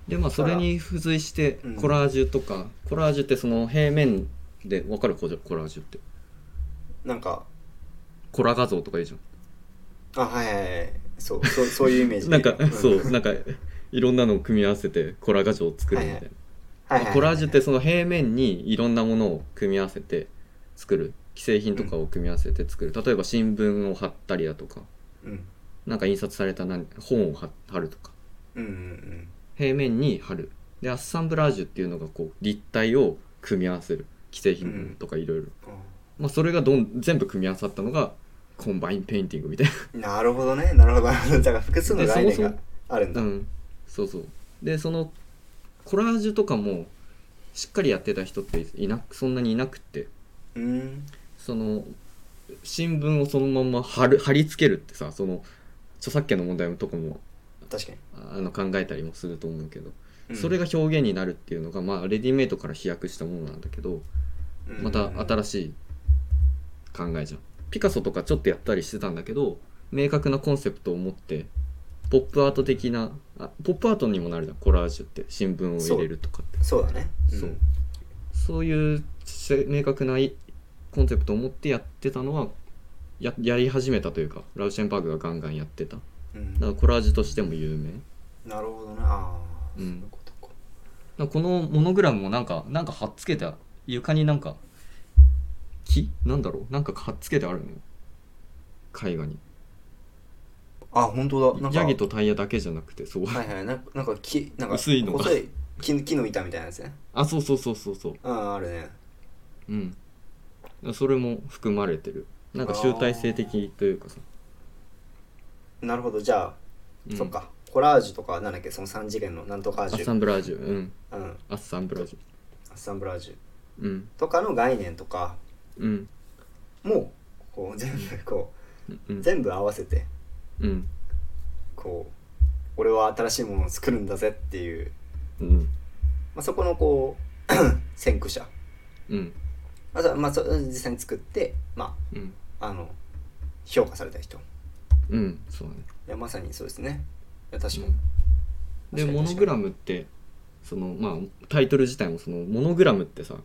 でまあそれに付随してうんコラージュとか、コラージュってその平面でわかるコジョコラージュってなんかコラ画像とかいいじあはいはいはいそう そうそういうイメーゃジんでないんいよか、 そううなんかいろんなのを組み合わせてコラ画像を作るみたいな、はいはいはいはいコラージュってその平面にいろんなものを組み合わせて作る既製品とかを組み合わせて作る、例えば新聞を貼ったりだとかうんなんか印刷された何本を貼貼るとかうんうんうん平面に貼るでアッサンブラージュっていうのがこう立体を組み合わせる既製品とかいろいろうんまあ、それがどん全部組み合わさったのがコンバインペインティングみたいなるほどねなるほどなる ほどだから複数の概で念そもがそもあるんな、だうん、そうそうでそのコラージュとかもしっかりやってた人っていなくそんなにいなくってうんその新聞をそのまま貼る貼り付けるってさその著作権の問題とかも確かに、あの考えたりもすると思うけど、うんそれが表現になるっていうのが、まあ、レディメイトから飛躍したものなんだけどまた新しい考えじゃん。ピカソとかちょっとやったりしてたんだけど明確なコンセプトを持ってポップアート的なあポップアートにもなるじゃんコラージュって新聞を入れるとかってそうだねんそうそういうせ明確ないコンセプトを持ってやってたのはややり始めたというかラウシェンバーグがガンガンやってただかうんらコラージュとしても有名なるほどなあー、そうんういうことかなんかこのモノグラムもなんかなんか貼っつけて床になんか木なんだろうなんか貼っつけてあるのよ絵画にあ本当だなんかヤギとタイヤだけじゃなく てそうはいはいなんかなんか木なんか薄いのが細い木木の板みたいなやつねあそうそうそうそうそううんあるねうんそれも含まれてるなんか集大成的というかさ、なるほどじゃあ、うんそっかコラージュとかなんだっけその3次元のなんとかアージッサュンブラージュうんうんアッサンブラージアッサンブラージュュうんとかの概念とかうんもこう全部こううん全部合わせてうんこう俺は新しいものを作るんだぜっていう、うんまあ、そこのこう 先駆者うんあとは、まあ、そ実際に作って、まうんあ、あの評価された人いうんそうだねやまさにそうですねいや確かに、で確かにモノグラムってそのまあタイトル自体もそのモノグラムってさ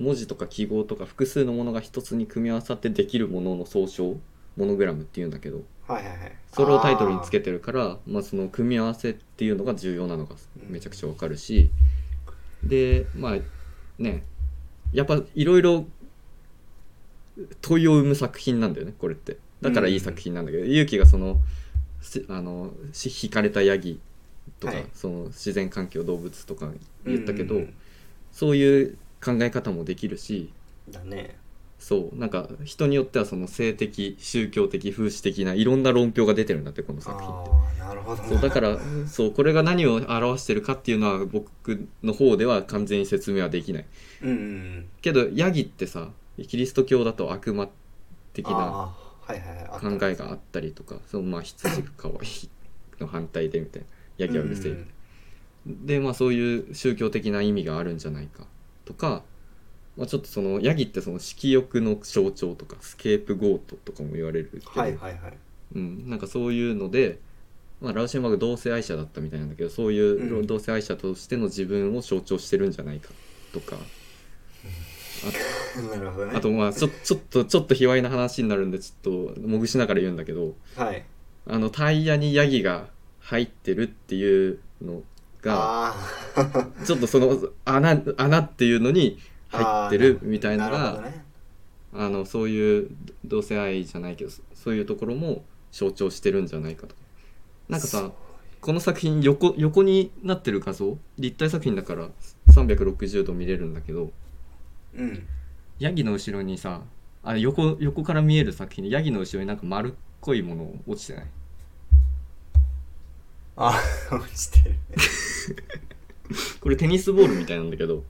文字とか記号とか複数のものが一つに組み合わさってできるものの総称モノグラムっていうんだけどはいはいはいそれをタイトルにつけけてるからまあ、その組み合わせっていうのが重要なのがうんめちゃくちゃわかるし、でまあねやっぱいろいろ問いを生む作品なんだよねこれってだからいい作品なんだけど、勇気がそのしあのし惹かれたヤギとか、はいその自然環境動物とか言ったけど、うんうんそういう考え方もできるしうんだねそうなんか人によってはその性的宗教的風刺的ないろんな論評が出てるんだってこのあ作品って。あーなるほどそうだからそうこれが何を表してるかっていうのは僕の方では完全に説明はできないうんうんうんけどヤギってさキリスト教だと悪魔的なあーはいはいはいあった考えがあったりとかそのまあ羊が可愛いの反対でみたいなヤギはうるせえみたいなでまあそういう宗教的な意味があるんじゃないかとか、まあ、ちょっとそのヤギってその色欲の象徴とかスケープゴートとかも言われるけど、はいはい はいうん、なんかそういうので、まあ、ラウシェンバーグ同性愛者だったみたいなんだけどそういううん同性愛者としての自分を象徴してるんじゃないかとか、なるほどねあとまあちょちょっとちょっと卑猥な話になるんでちょっともぐしながら言うんだけどはいあのタイヤにヤギが入ってるっていうのがあーちょっとその穴穴っていうのに入ってるあーみたいなのなるがほどねあのそういう同性愛じゃないけどそそういうところも象徴してるんじゃないかとかなんかそさうこの作品横横になってる画像立体作品だから360度見れるんだけどうんヤギの後ろにさあ横横から見える作品でヤギの後ろになんか丸っこいもの落ちてないあ落ちてるこれテニスボールみたいなんだけど、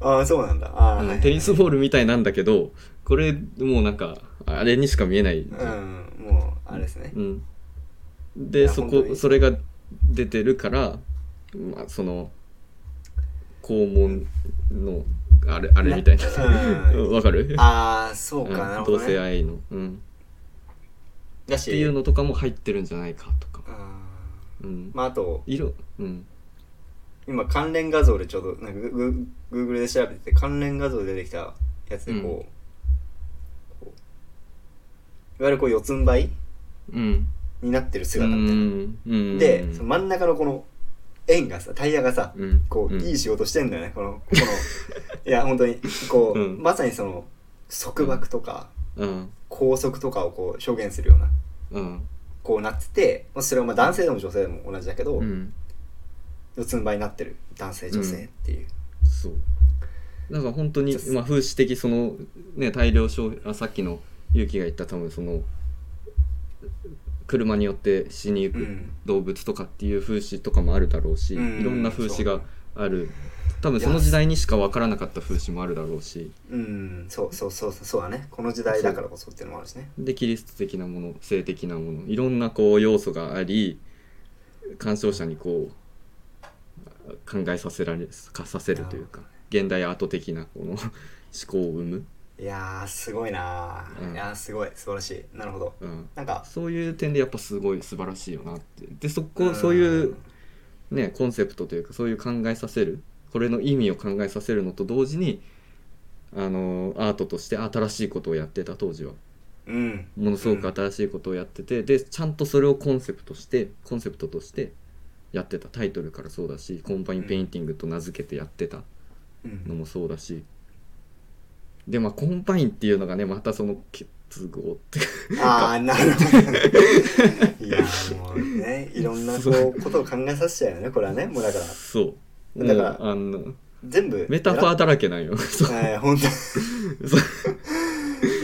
ああそうなんだああ、うんはいテニスボールみたいなんだけどこれもうなんかあれにしか見えないじうゃんんもうあれですねうん、いでやそ本当こにそれが出てるから、まあ、その肛門のあれあれみたいなうん わかるああそううんかなるほど同性ね愛の、うん、だっしていうのとかも入ってるんじゃないかとか、あうーんまああと色うん今関連画像でちょうどなんかグググーグルで調べてて関連画像で出てきたやつでこう,、こういわゆるこう四つん這いうんになってるう姿みたいな、んうんでその真ん中のこの円がさタイヤがさ、うんこう、うんいい仕事してんだよねこのこのいや本当にこう、うんまさにその束縛とかうん拘束とかをこう表現するようなうんこうなっててまあそれはまあ男性でも女性でも同じだけど、うん四つん這いになってる男性女性っていう、そうだから本当にじゃ、あまあ、風刺的そのね大量消費あさっきの勇気が言った多分その車によって死にう行くん動物とかっていう風刺とかもあるだろうし、うんいろんな風刺がある多分その時代にしか分からなかった風刺もあるだろうしうんそうそうそうそうそうだねこの時代だからこそっていうのもあるしねでキリスト的なもの性的なものいろんなこう要素があり鑑賞者にこう考えさせられかさせるというか現代アート的なこの思考を生む、いやーすごいなー、うんいやーすごい素晴らしいなるほどうん、なんかそういう点でやっぱすごい素晴らしいよなってでそこんそういうねコンセプトというかそういう考えさせるこれの意味を考えさせるのと同時にあのアートとして新しいことをやってた当時はうんものすごく新しいことをやってて、でちゃんとそれをコンセプトしてコンセプトとしてやってたタイトルからそうだしコンパインペインティングと名付けてやってたうのんもそうだしでまあコンパインっていうのがねまたその結合ってああなるほど いやーもうねいろんなこそうことを考えさせちゃうよねこれはねもうだからそうだからもうあの全部メタファーーだらけなんよそうえー、本当 そう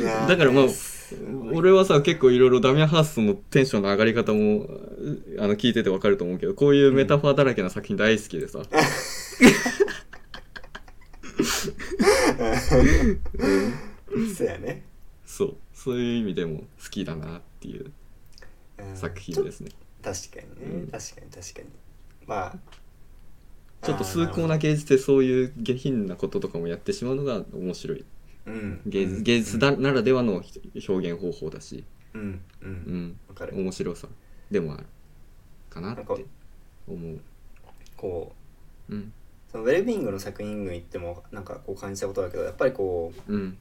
いやーだからまあすごい俺はさ結構いろいろダミアン・ハーストのテンションの上がり方もあの聞いててわかると思うけどこういうメタファーだらけな作品大好きでさ、そうやね、そうそういう意味でも好きだなっていううん作品ですね、確かにね、うん確かに確かにまあちょっと崇高あなー芸術でそういう下品なこととかもやってしまうのが面白いるほどうん芸術芸術だならではの表現方法だし、うんうん、う、うんん、わかる面白さでもあるかなって思う、こうんうそのウェルビーイングの作品群行ってもなんかこう感じたことだけどやっぱりこううん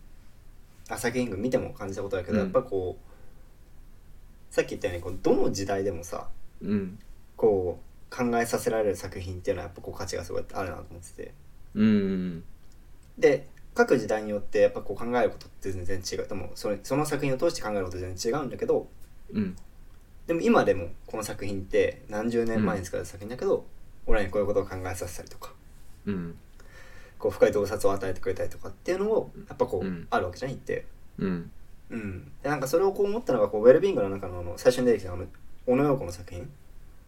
あ作品群見ても感じたことだけど、うんやっぱこうさっき言ったようにこうどの時代でもさうんこう考えさせられる作品っていうのはやっぱこう価値がすごいあるなと思っててうんうんで各時代によってやっぱこう考えることって全然違うでもそれその作品を通して考えること全然違うんだけどうんでも今でもこの作品って何十年前に作られた作品だけど、俺らにこういうことを考えさせたりとかうんこう深い洞察を与えてくれたりとかっていうのをやっぱこう、うんあるわけじゃんって。うんうん、でなんかそれをこう思ったのがこうウェルビーイングの中のあの最初に出てきたあの小野洋子の作品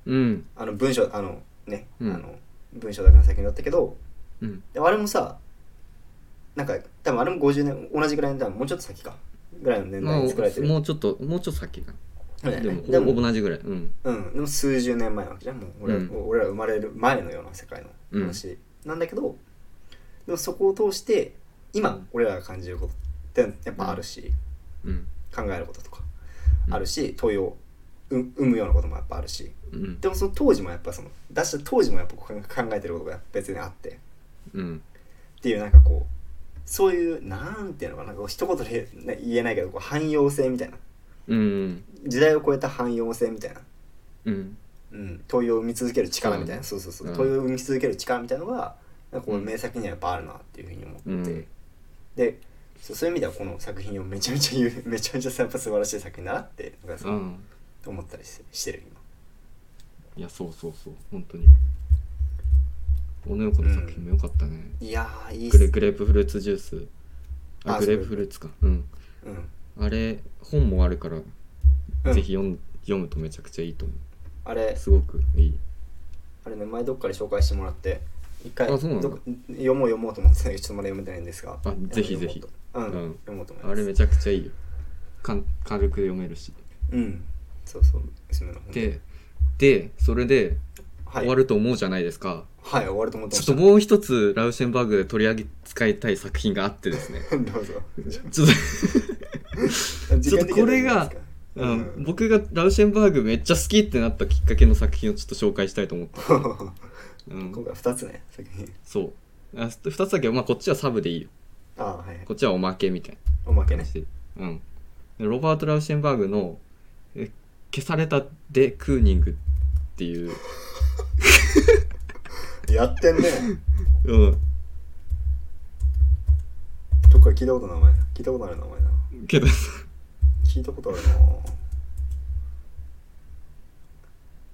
うんあの文章あのね、うんあの文章だけの作品だったけどうんであれもさなんか多分あれも50年同じぐらいの多分もうちょっと先かぐらいの年まあ代に作られてる、もうちょっともうちょっと先かそうだよでねもでも同じぐらいうんうん、でも数十年前なわけじゃんもう俺,、うん俺ら生まれる前のような世界の話なんだけど、でもそこを通してう今ん俺らが感じることってやっぱあるし、うん考えることとかうんあるし、問いをう生むようなこともやっぱあるしうんでもその当時もやっぱその出した当時もやっぱこう考えてることが別にあってうんっていうなんかこうそういうなんていうのかなこう一言でね言えないけどこう汎用性みたいなうん時代を超えた汎用性みたいな、うんうん、問いを生み続ける力みたいな、そうそうそう、うん問いを生み続ける力みたいなのがなんかこううん名作にはやっぱあるなっていうふうに思って、うんでそうそういう意味ではこの作品をめちゃめちゃ言うめ ちゃめちゃやっぱ素晴らしい作品だなってなんかそううん思ったりしてしてる今。いやそうそうそう本当に小野洋子の作品も良かったね、いやーいいっグすレグレープフルーツジュースああグレープフルーツかうんうんあれ本もあるから、うんぜひ読ん読むとめちゃくちゃいいと思あれうすごくいいあれね前どっかで紹介してもらって一回あそうなんだどっか読もう読もうと思ってたけどちょっとまだ読めてないんですがあぜひぜひ読もうとう読うんんもうと思いあますれめちゃくちゃいいよかん軽く読めるしうんそうそう娘の本ででそれではい終わると思うじゃないですか、はい終わると思ってちまょっしとたもう一つラウシェンバーグで取り扱いたい作品があってですね どうぞちょっと時間的には大丈夫ですかあのうん僕がラウシェンバーグめっちゃ好きってなったきっかけの作品をちょっと紹介したいと思って、う今ん、回2つね作品そうあ2つだけど、まあ、こっちはサブでいいよあーはいこっちはおまけみたいおまけねな感じで、うん、でロバート・ラウシェンバーグのえ「消されたデ・クーニング」っていう、やってんねう、どっか聞いたことない名前聞いたことある名前だなんけど 聞いたことあるな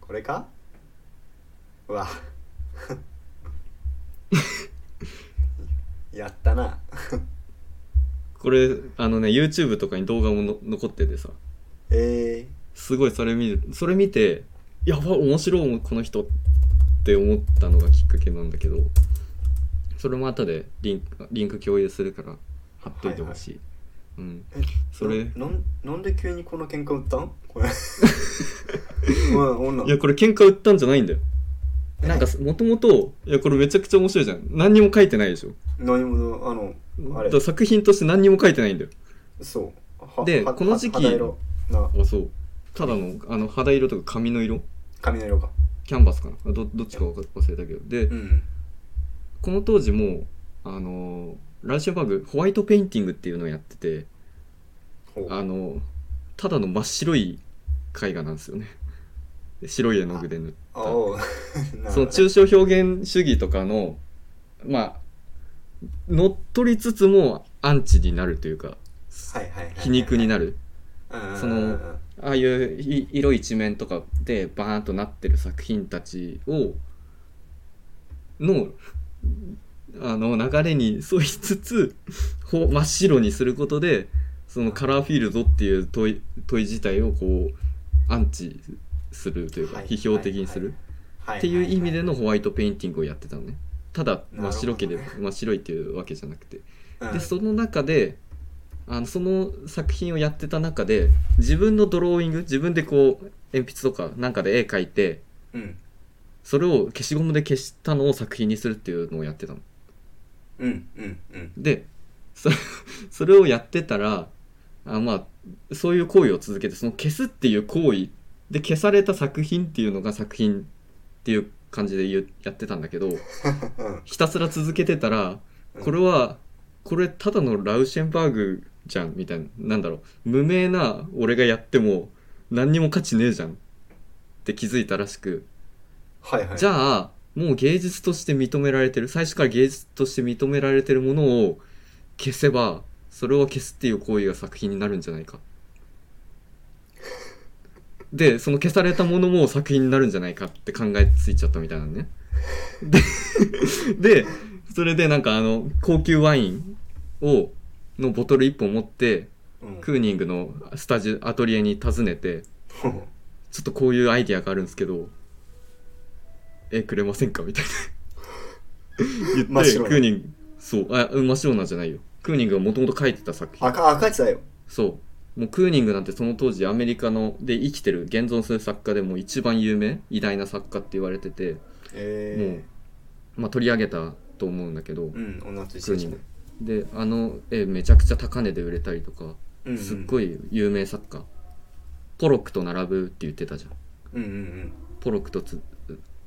これかうわ やったなこれあのね YouTube とかに動画もの残っててさえすごいそれ見るそれ見てやば面白いこの人って思ったのがきっかけなんだけどそれも後でリンクリンク共有するから貼っといてほしい、うんえそれななんなんで急にこの喧嘩売ったんこれ まあ女いやこれ喧嘩売ったんじゃないんだよなんかもともといやこれめちゃくちゃ面白いじゃん何にも書いてないでしょ何もあのあれだから作品として何にも書いてないんだよそうはではこの時期は肌色なあそうただのあの肌色とか髪の色髪の色がキャンバスかなあどどっちかわか忘れたけどで、うんこの当時もあのーライシェンバーグホワイトペインティングっていうのをやっててほうあのーただの真っ白い絵画なんですよねで白い絵の具で塗ったあ おうなるほどねその抽象表現主義とかのまあ乗っ取りつつもアンチになるというかはいはいはいはい皮肉になるうんそのああいうい色一面とかでバーンとなってる作品たちをの あの流れに沿いつつほ真っ白にすることでそのカラーフィールドっていう問い問い自体をこうアンチするというかはい批評的にするっていう意味でのホワイトペインティングをやってたのねただ真っ白けでなるほ真っ白いっていうわけじゃなくてうんでその中であのその作品をやってた中で自分のドローイング自分でこう鉛筆とかなんかで絵描いてうんそれを消しゴムで消したのを作品にするっていうのをやってたの。うんうんうんでそそれを やってたらあまあそういう行為を続けてその消すっていう行為で消された作品っていうのが作品っていう感じで言うやってたんだけどうんひたすら続けてたらうんこれはこれただのラウシェンバーグじゃんみたいななんだろう無名な俺がやっても何にも価値ねえじゃんって気づいたらしく、はいはいじゃあもう芸術として認められてる最初から芸術として認められてるものを消せばそれを消すっていう行為が作品になるんじゃな いかでその消されたものも作品になるんじゃないかって考えついちゃったみたいなのねで でそれでなんかあの高級ワインをのボトル1本持ってうんクーニングのスタジオアトリエに訪ねてちょっとこういうアイディアがあるんですけど、え、くれませんかみたいな。言って、真っ白なクーニング、そう、あ、うん真っ白なんじゃないよ。クーニングがもともと書いてた作品。赤赤いやつだよそう。もうクーニングなんてその当時アメリカので生きてる現存する作家でもう一番有名偉大な作家って言われてて、もえう、まあ、取り上げたと思うんだけどえ、うん女と一ク緒ーニングであの絵めちゃくちゃ高値で売れたりとかうんすっごいい有名作家ポロックと並ぶって言ってたじゃんうん うんポロックとつ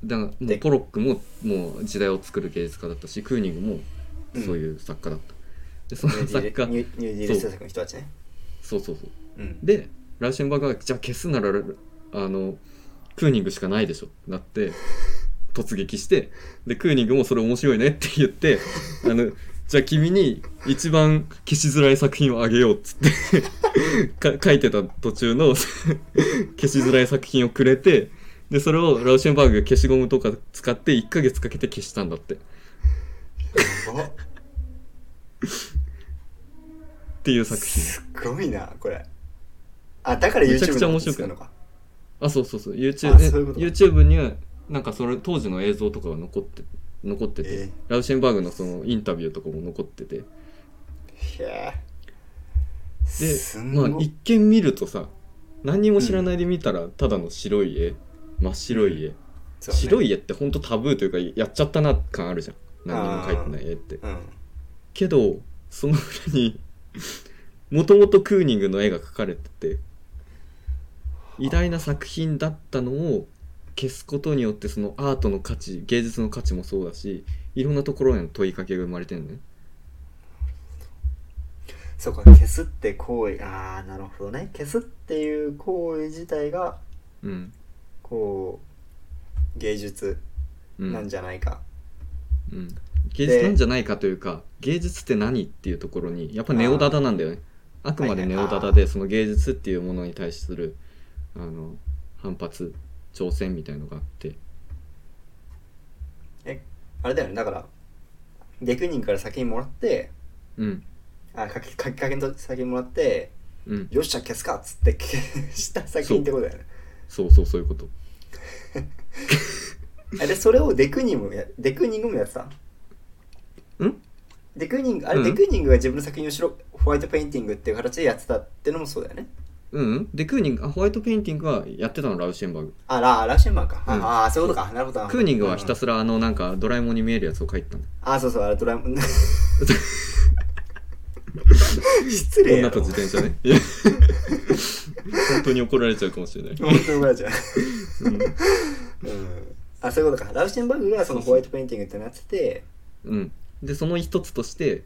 だからもでうポロックももう時代を作る芸術家だったしクーニングうんもそういう作家だった、でそうんのニューディ作ー家ルニューニューディール制作の人たちねそうそうそううんでラウシェンバーグがじゃあ消すならあのクーニングしかないでしょってなって突撃してでクーニングもそれ面白いねって言ってあのじゃあ君に一番消しづらい作品をあげようっつってか 書いてた途中の 消しづらい作品をくれてでそれをラウシェンバーグが消しゴムとか使って1ヶ月かけて消したんだってっやばていう作品すごいなこれあだからめちゃ YouTube くちゃ面白くなのかあそうそうそうあ YouTube, そういうことえ YouTube にはなんかそれ当時の映像とかが残って残ってて、えラウシェンバーグのそのインタビューとかも残っててーへえですんまごあ一見見るとさ何にも知らないで見たらただの白い絵、真っ白い絵、そうね白い絵ってほんとタブーというかやっちゃったな感あるじゃん何にも描いてない絵ってうんけどその裏にもともとクーニングの絵が描かれてて偉大な作品だったのを消すことによってそのアートの価値芸術の価値もそうだしいろんなところへの問いかけが生まれてるのねそうか消すって行為ああなるほどね消すっていう行為自体がうん、こう芸術うん、なんじゃないか、うん、芸術なんじゃないかというか芸術って何っていうところにやっぱネオダダなんだよねあくまでネオダはいはダいでその芸術っていうものに対するあの反発挑戦みたいのがあってあれだよねだからデクニンから先にもらってうんあ書き書きかけの先にもらってうんよっしゃ消すかっつって消した作品ってことだよねそうそうそういうことあれそれをデクニングやデクニングもやってたんデクニングあれ、うんデクニングが自分の作品を白ホワイトペインティングっていう形でやってたってのもそうだよねうんうんでクーニングあホワイトペインティングはやってたのラウシェンバーグあらラシェンマーか、うんああそういうことかなるほどクーニングはひたすすらあのなんかドラえもんに見えるやつを描いてたのあそうそうあれドラえ もん失礼や女ろと自本転 車ねいや本当に怒られちゃうかもしれない、当に怒られちゃううんうんあそういうことかラウシェンバーグがそのホワイトペインティングってなっててうん、でその一つとして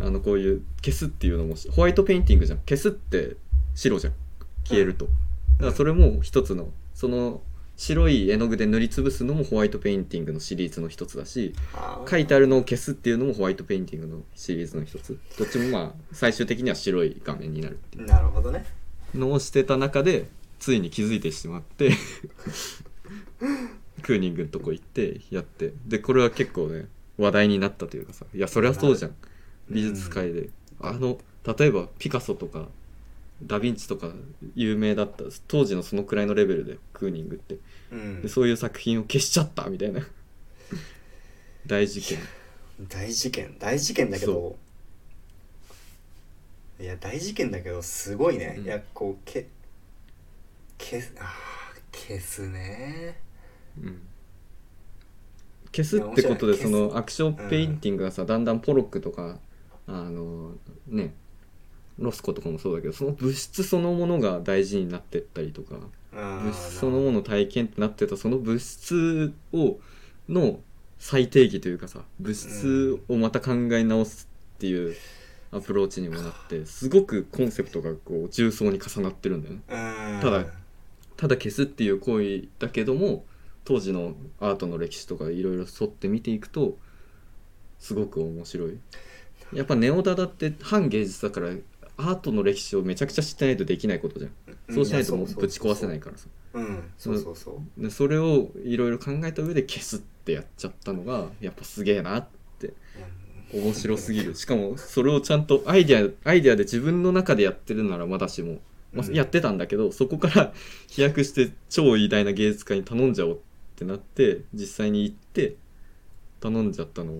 あのこういう消すっていうのもしホワイトペインティングじゃん消すって白じゃん消えると、だからそれも一つのその白い絵の具で塗りつぶすのもホワイトペインティングのシリーズの一つだしあー書いてあるのを消すっていうのもホワイトペインティングのシリーズの一つどっちもまあ最終的には白い画面になるっていなるほどねうのをしてた中でついに気づいてしまって クーニングのとこ行ってやってでこれは結構ね話題になったというかさいやそりゃそうじゃん美術界で、あの例えばピカソとかダ・ヴィンチとか有名だった当時のそのくらいのレベルでクーニングってうんでそういう作品を消しちゃったみたいな大事件大事件大事件だけどそいや大事件だけどすごいね、うんいやこうけ消すあー消すねうん消すってこといや面白でいそのアクションペインティングがさ、だんだんポロックとかあのねロスコとかもそうだけどその物質そのものが大事になってったりとか物物質そのもの体験ってなってたその物質をの再定義というかさ物質をまた考え直すっていうアプローチにもなってすごくコンセプトがこう重層に重なってるんだよね。たただただ消すっていう行為だけども当時のアートの歴史とかいろいろ沿って見ていくとすごく面白いやっぱネオダダって反芸術だからアートの歴史をめちゃくちゃ知ってないとできないことじゃん、そうしないともうぶち壊せないからさうんそうそうそうでそれをいろいろ考えた上で消すってやっちゃったのがやっぱすげえなって面白すぎるしかもそれをちゃんとアイディアアイディアで自分の中でやってるならまだしも、まあうんやってたんだけどそこから 飛躍して超偉大な芸術家に頼んじゃおうってなって実際に行って頼んじゃったの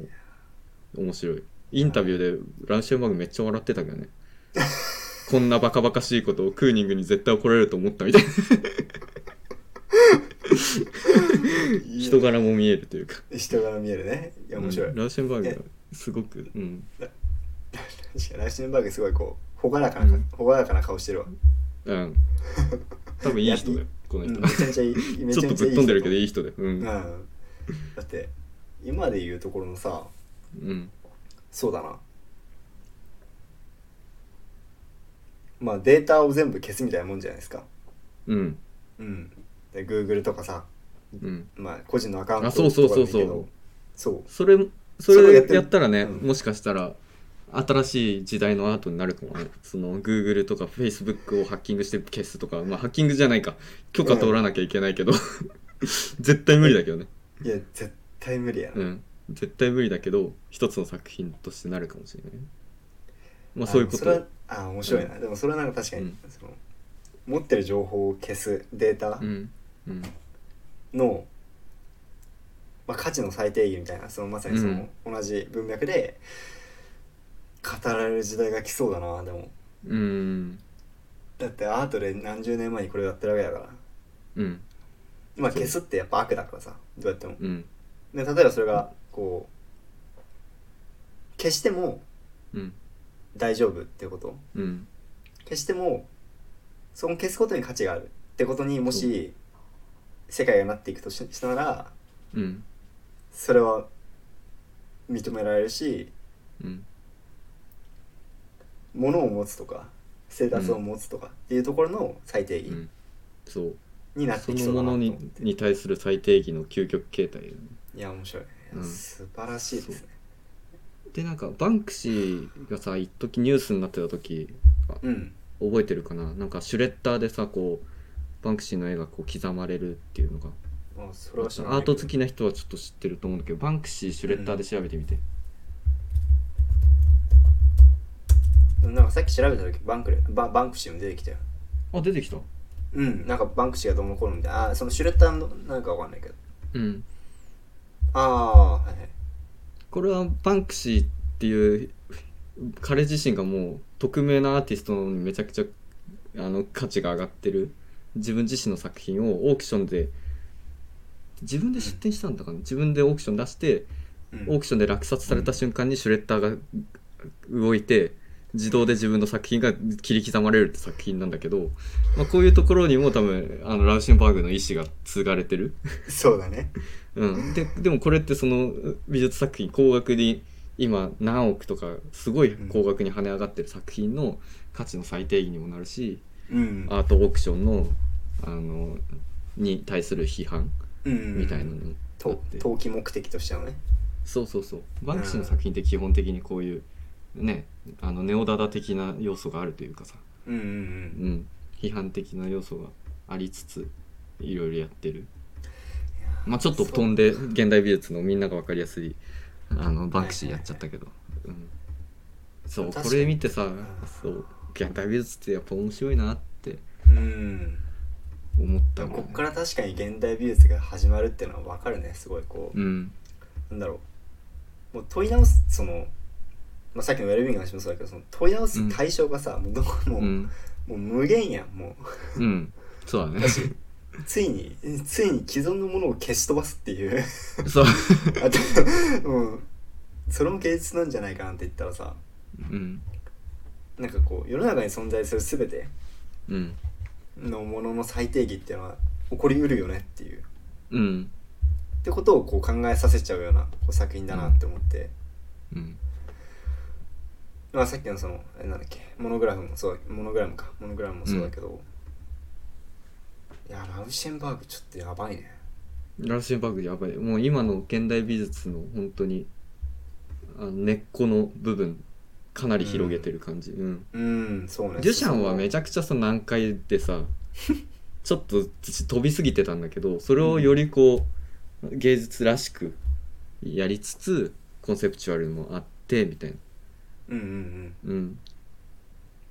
面白いインタビューでランシェンバーグめっちゃ笑ってたけどねこんなバカバカしいことをクーニングに絶対怒られると思ったみたいな人柄も見えるというか人柄見えるねいや面白い、うんララウシェンバーグがすごく、うん、イシェンバーグすごいこう朗らかな、うん朗らかな顔してるわ、うん。多分いい人だよ、このうん、人。めちゃめちゃいいめ ちちょゃっとめちゃいいぶっ人飛んでるけどいい人だよ。う。うんんだって今で言うところのさうん。そうだなまあデータを全部消すみたいなもんじゃないですかうん。うんで Google とかさうん。まあ個人のアカウントあそうそうとかでもいいそうそけどそううそれ、そそれやっれてるやったらね、うんもしかしたら、新しい時代のアートになるかもね。その、Google とか Facebook をハッキングして消すとか、まあ、ハッキングじゃないか。許可取らなきゃいけないけど、 絶対無理だけどね。いや絶対無理やな、うん。絶対無理だけど、一つの作品としてなるかもしれないね。まあ、そういうこあのそれとは。あ面白いな、でもそれはなんか確かに、うんその持ってる情報を消すデータうん。うん。の、まあ、価値の最低限みたいなそのまさにその、同じ文脈で語られる時代が来そうだなでもうん。だってアートで何十年前にこれをやってるわけだからうん。まあそう消すってやっぱ悪だからさどうやってもうん。で例えばそれがこう消してもうん。大丈夫っていうことうん。消してもその消すことに価値があるってことにもし世界がなっていくとししたならうん。それは認められるしうん。物を持つとかステータスを持つとかっていうところの最低う限ん、そうになっそてきのそうだなもとの思っにて、に対する最定義の究極形態だよねいや面白い、うん素晴らしいですねでなんかバンクシーがさ一時ニュースになってた時うん覚えてるかななんかシュレッダーでさこうバンクシーの絵がこう刻まれるっていうのがあそアれは知らないーけどト好きな人はちょっと知ってると思うんだけどバンクシーシュレッダーで調べてみて、うなんかさっき調べた時バンクレババンクシーも出てきたよあ出てきたうんなんかバンクシーがどうのこうのみたいなあそのシュレッダーのなんかわかんないけどうんああはいはいこれはバンクシーっていう彼自身がもう匿名なアーティストにめちゃくちゃあの価値が上がってる自分自身の作品をオークションで自分で出展したんだかな、自分でオークション出してうんオークションで落札された瞬間にシュレッダーが動いて自動で自分の作品が切り刻まれるって作品なんだけど、まあ、こういうところにも多分あのラウシンバーグの意思が継がれてるそうだねうん、ででもこれってその美術作品高額に今何億とかすごい高額に跳ね上がってる作品の価値の最低限にもなるし、うんアートオークションのあのに対する批判うんみたいなのもあとって、投機目的としてはねそうそうそうバンクシーの作品って基本的にこういうねあのネオダダ的な要素があるというかさ、うんうんううんん、批判的な要素がありつついろいろやってるまあちょっと飛んで現代美術のみんなが分かりやすいあのバンクシーやっちゃったけど、うん、そう確かこにれ見てさそう現代美術ってやっぱ面白いなってうん思ったでもんもこっから確かに現代美術が始まるっていうのは分かるねすごいこううんなんだろうもう問い直すその、まあ、さっきのウェルビーイングの話もそうだけどその問い直す対象がさ、もうどこも,、うもん、う無限やんもうん、そうだねだしうついについに既存のものを消し飛ばすっていう そうあと、うん、それも芸術なんじゃないかなって言ったらさうんなんかこう世の中に存在する全てうんのものの最定義っていうのは起こりうるよねっていううんってことをこう考えさせちゃうようなこう作品だなって思って。うんまあ、さっきのそのあれなんだっけモノグラフもそうだモノグラムかモノグラムもそうだけど、いやラウシェンバーグちょっとやばいねラルシンバーグやばいもう今の現代美術の本当にあの根っこの部分かなり広げてる感じ、うん、うんそうねデュシャンはめちちゃくちゃさ難解で さちょっと飛びすぎてたんだけどそれをよりこう芸術らしくやりつつコンセプチュアルもあってみたいうな、んうんうんうん、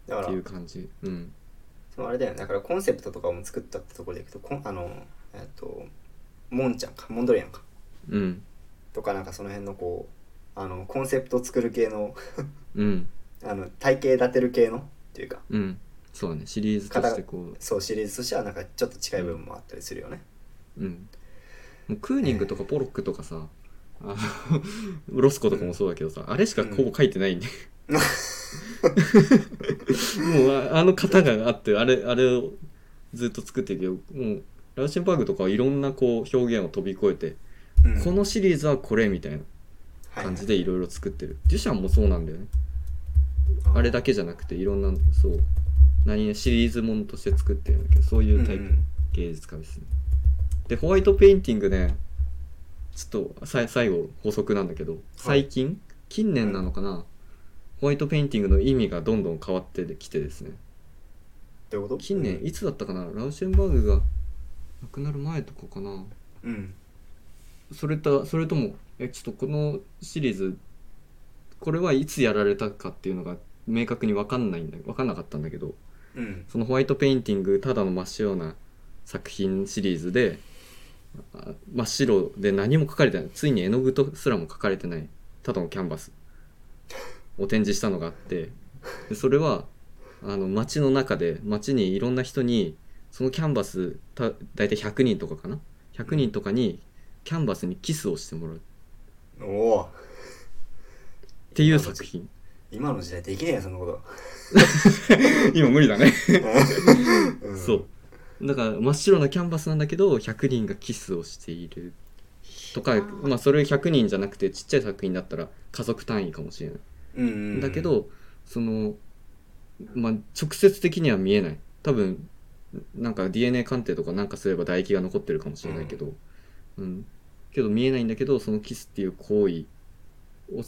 だかっらていう感じ、うん、そのあれだよねだからコンセプトとかも作ったってところでいくとこんあのえっとモンちゃんかモンドリアンかうんとかなんかその辺のこうあのコンセプト作る系のうんあの体系立てる系のっていうかうんそうだねシリーズとしてこそうシリーズとしてはなんかちょっと近い部分もあったりするよね、う,、うん、もうクーニングとかポロックとかさあのロスコとかもそうだけどさ、あれしかほぼ書いてないんで、もうああの型があってあれあれをずっと作ってるけどもうラウシェンバーグとかはいろんなこう表現を飛び越えて、うんこのシリーズはこれみたいな感じでいろいろ作ってる、デュシャンもそうなんだよねあれだけじゃなくていろんなそう何やシリーズものとして作ってるんだけどそういうタイプの芸術家ですね、でホワイトペインティングねちょっとさい最後補足なんだけど最近、近年なのかな、ホワイトペインティングの意味がどんどん変わってきてですねどういうこと近年いつだったかな、ラウシェンバーグが亡くなる前とかかなうんそれとそれともえちょっとこのシリーズこれはいつやられたかっていうのが明確に分かんないんだ分かんなかったんだけどうんそのホワイトペインティングただの真っ白な作品シリーズであ真っ白で何も書かれてないついに絵の具とすらも書かれてないただのキャンバスを展示したのがあってでそれはあの街の中で街にいろんな人にそのキャンバスた大体100人とかかな100人とかにキャンバスにキスをしてもらうっうんおおていう作品今の時代できねえよそんな こと、今無理だねうんそうだから真っ白なキャンバスなんだけど100人がキスをしているとかまあそれ100人じゃなくてちっちゃい作品だったら家族単位かもしれない、うんうんうんだけどそのまあ直接的には見えない多分なんか DNA 鑑定とかなんかすれば唾液が残ってるかもしれないけど、うんけど見えないんだけどそのキスっていう行為を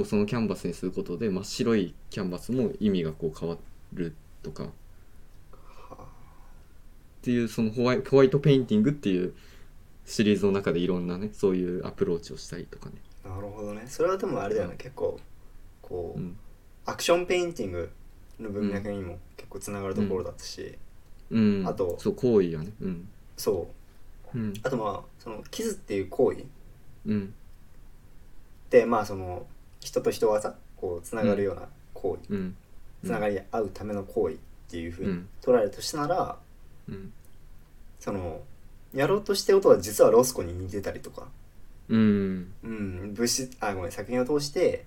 をそのキャンバスにすることで真っ白いキャンバスも意味がこう変わるとかはっていうそのホワイホワイトペインティングっていうシリーズの中でいろんなねそういうアプローチをしたりとかね、あなるほどねそれはでもあれだよね、うん結構こう、うん、アクションペインティングの文脈にも結構つながるところだったし、うん、あとそう行為がねうんそううんあとまあそのキスっていう行為っうんてまあその人と人がさこうつながるような行為うんつながり合うための行為っていうふううにん捉えるとしたならうんそのやろうとしてることは実はロスコに似てたりとか、うんうん、物質あごめん作品を通して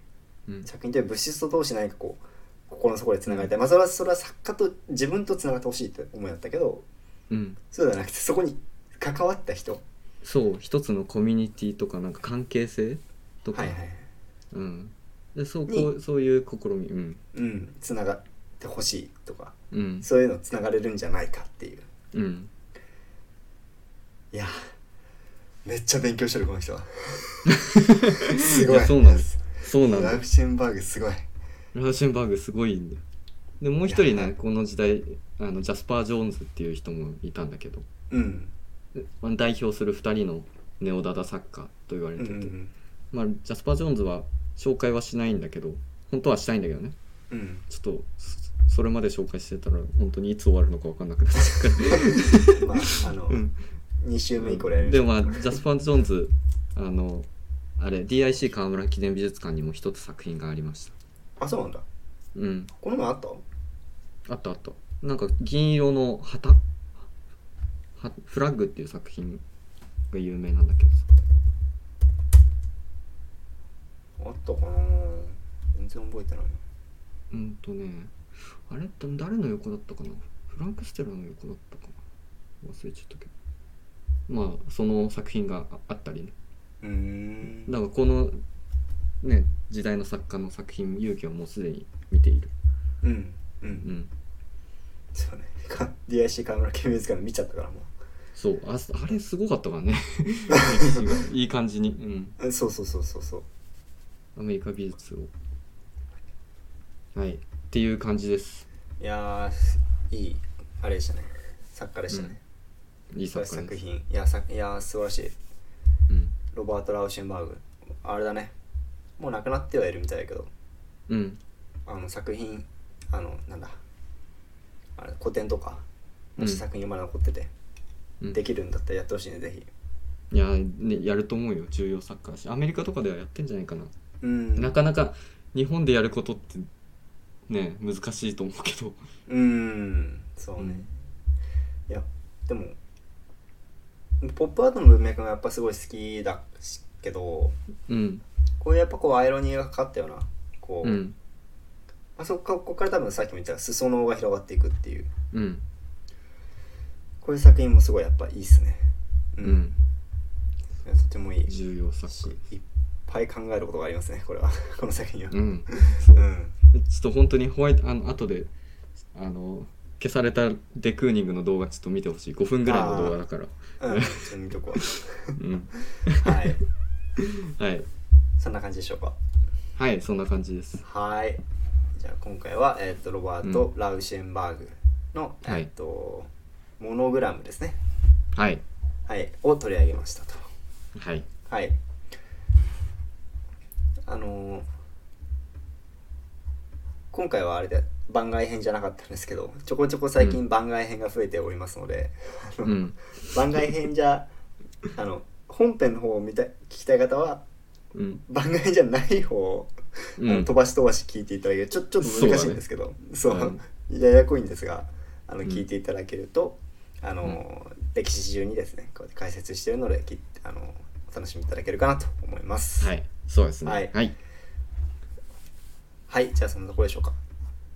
うん作品という物質と通して何かこう心の底でつながりたい、まあ、それはそれは作家と自分とつながってほしいって思いだったけどうんそうじゃなくてそこに関わった人そう一つのコミュニティとかなんか関係性とか、はいはいうん、でそうこうそういう試みうんうんつながってほしいとかうんそういうのつながれるんじゃないかっていううんいやめっちゃ勉強してるこの人はすごい いやそうなんですそうなんだラよイフシェンバーグすごいラーシェンバーグすごいんだよでもう一人いやねこの時代あのジャスパー・ジョーンズっていう人もいたんだけどうんまあ代表する2人のネオダダ作家と言われうんてうて、んまあ、ジャスパー・ジョーンズは紹介はしないんだけど本当はしたいんだけどねうんちょっとそそれまで紹介してたら本当にいつ終わるのか分かんなくなっちゃううからんまああの、うん2週目以降やるでもまあジャスパー・ジョーンズあのあれ DIC 河村記念美術館にも一つ作品がありましたあそうなんだうんこの前あったあったあったなんか銀色の旗はフラッグっていう作品が有名なんだけどさあったかな全然覚えてないなうんとねあれって誰の横だったかなフランク・ステラの横だったかな忘れちゃったけどまあその作品がああったりねうーんだからこのね時代の作家の作品勇気はもうすでに見ているうんううんんそうね か DIC 河村県民図鑑見ちゃったからもそうああれすごかったからね いい感じに、うん、ううんそうそうそうそうそうアメリカ美術をはいっていう感じですいやーいいあれでしたね作家でしたね、いい素晴作らしい作家です、品いやさいやー素晴らしいうんロバート・ラウシェンバーグあれだねもう亡くなってはいるみたいだけどうん、あの作品あのなんだあれ古典とかうんもし作品まだ残ってて、うん、できるんだったらやってほしいねぜひいや、ね、やると思うよ重要作家だしアメリカとかではやってんじゃないかな、うんなかなか日本でやることってね難しいと思うけどうんそうね、いやでもポップアートの文脈がやっぱすごい好きだけどうんこういうやっぱこうアイロニーがかかったようなこう、うんあそこからここから多分さっきも言った裾野が広がっていくっていううんこういう作品もすごいやっぱいいっすねう、うんんいやとてもいい重要作し家いっぱい考えることがありますねこれは この作品はうんうそうんちょっと本当にホワイトあの後であの消されたデクーニングの動画ちょっと見てほしい5分ぐらいの動画だから うんちょっと見とこうんうはいはいそんな感じでしょうかはいそんな感じですはいじゃあ今回は、えっとロバート・ラウシェンバーグの、はえいっとモノグラムですねはいはいを取り上げましたとはいはいあのー今回はあれで番外編じゃなかったんですけどちょこちょこ最う近番外編が増えておりますので、あのうん番外編じゃあの本編の方を見たい聞きたい方はうん番外編じゃない方を、あうのん飛ばし飛ばし聞いていただけるちょちょっと難しいんですけどそう,、 ややこいんですがあのうん聞いていただけると、あの歴史中にですねこうやって解説してるのできあのお楽しみいただけるかなと思います。はいそうですねはいはい、はいじゃあそんなところでしょうか。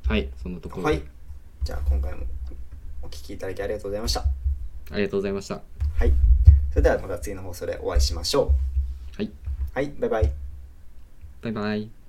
はい、そんなところで、はいじゃあ今回もお聞きいただきありがとうございました。ありがとうございましたはいそれではまた次の放送でお会いしましょ。はいうはいバイバイ。バイバイ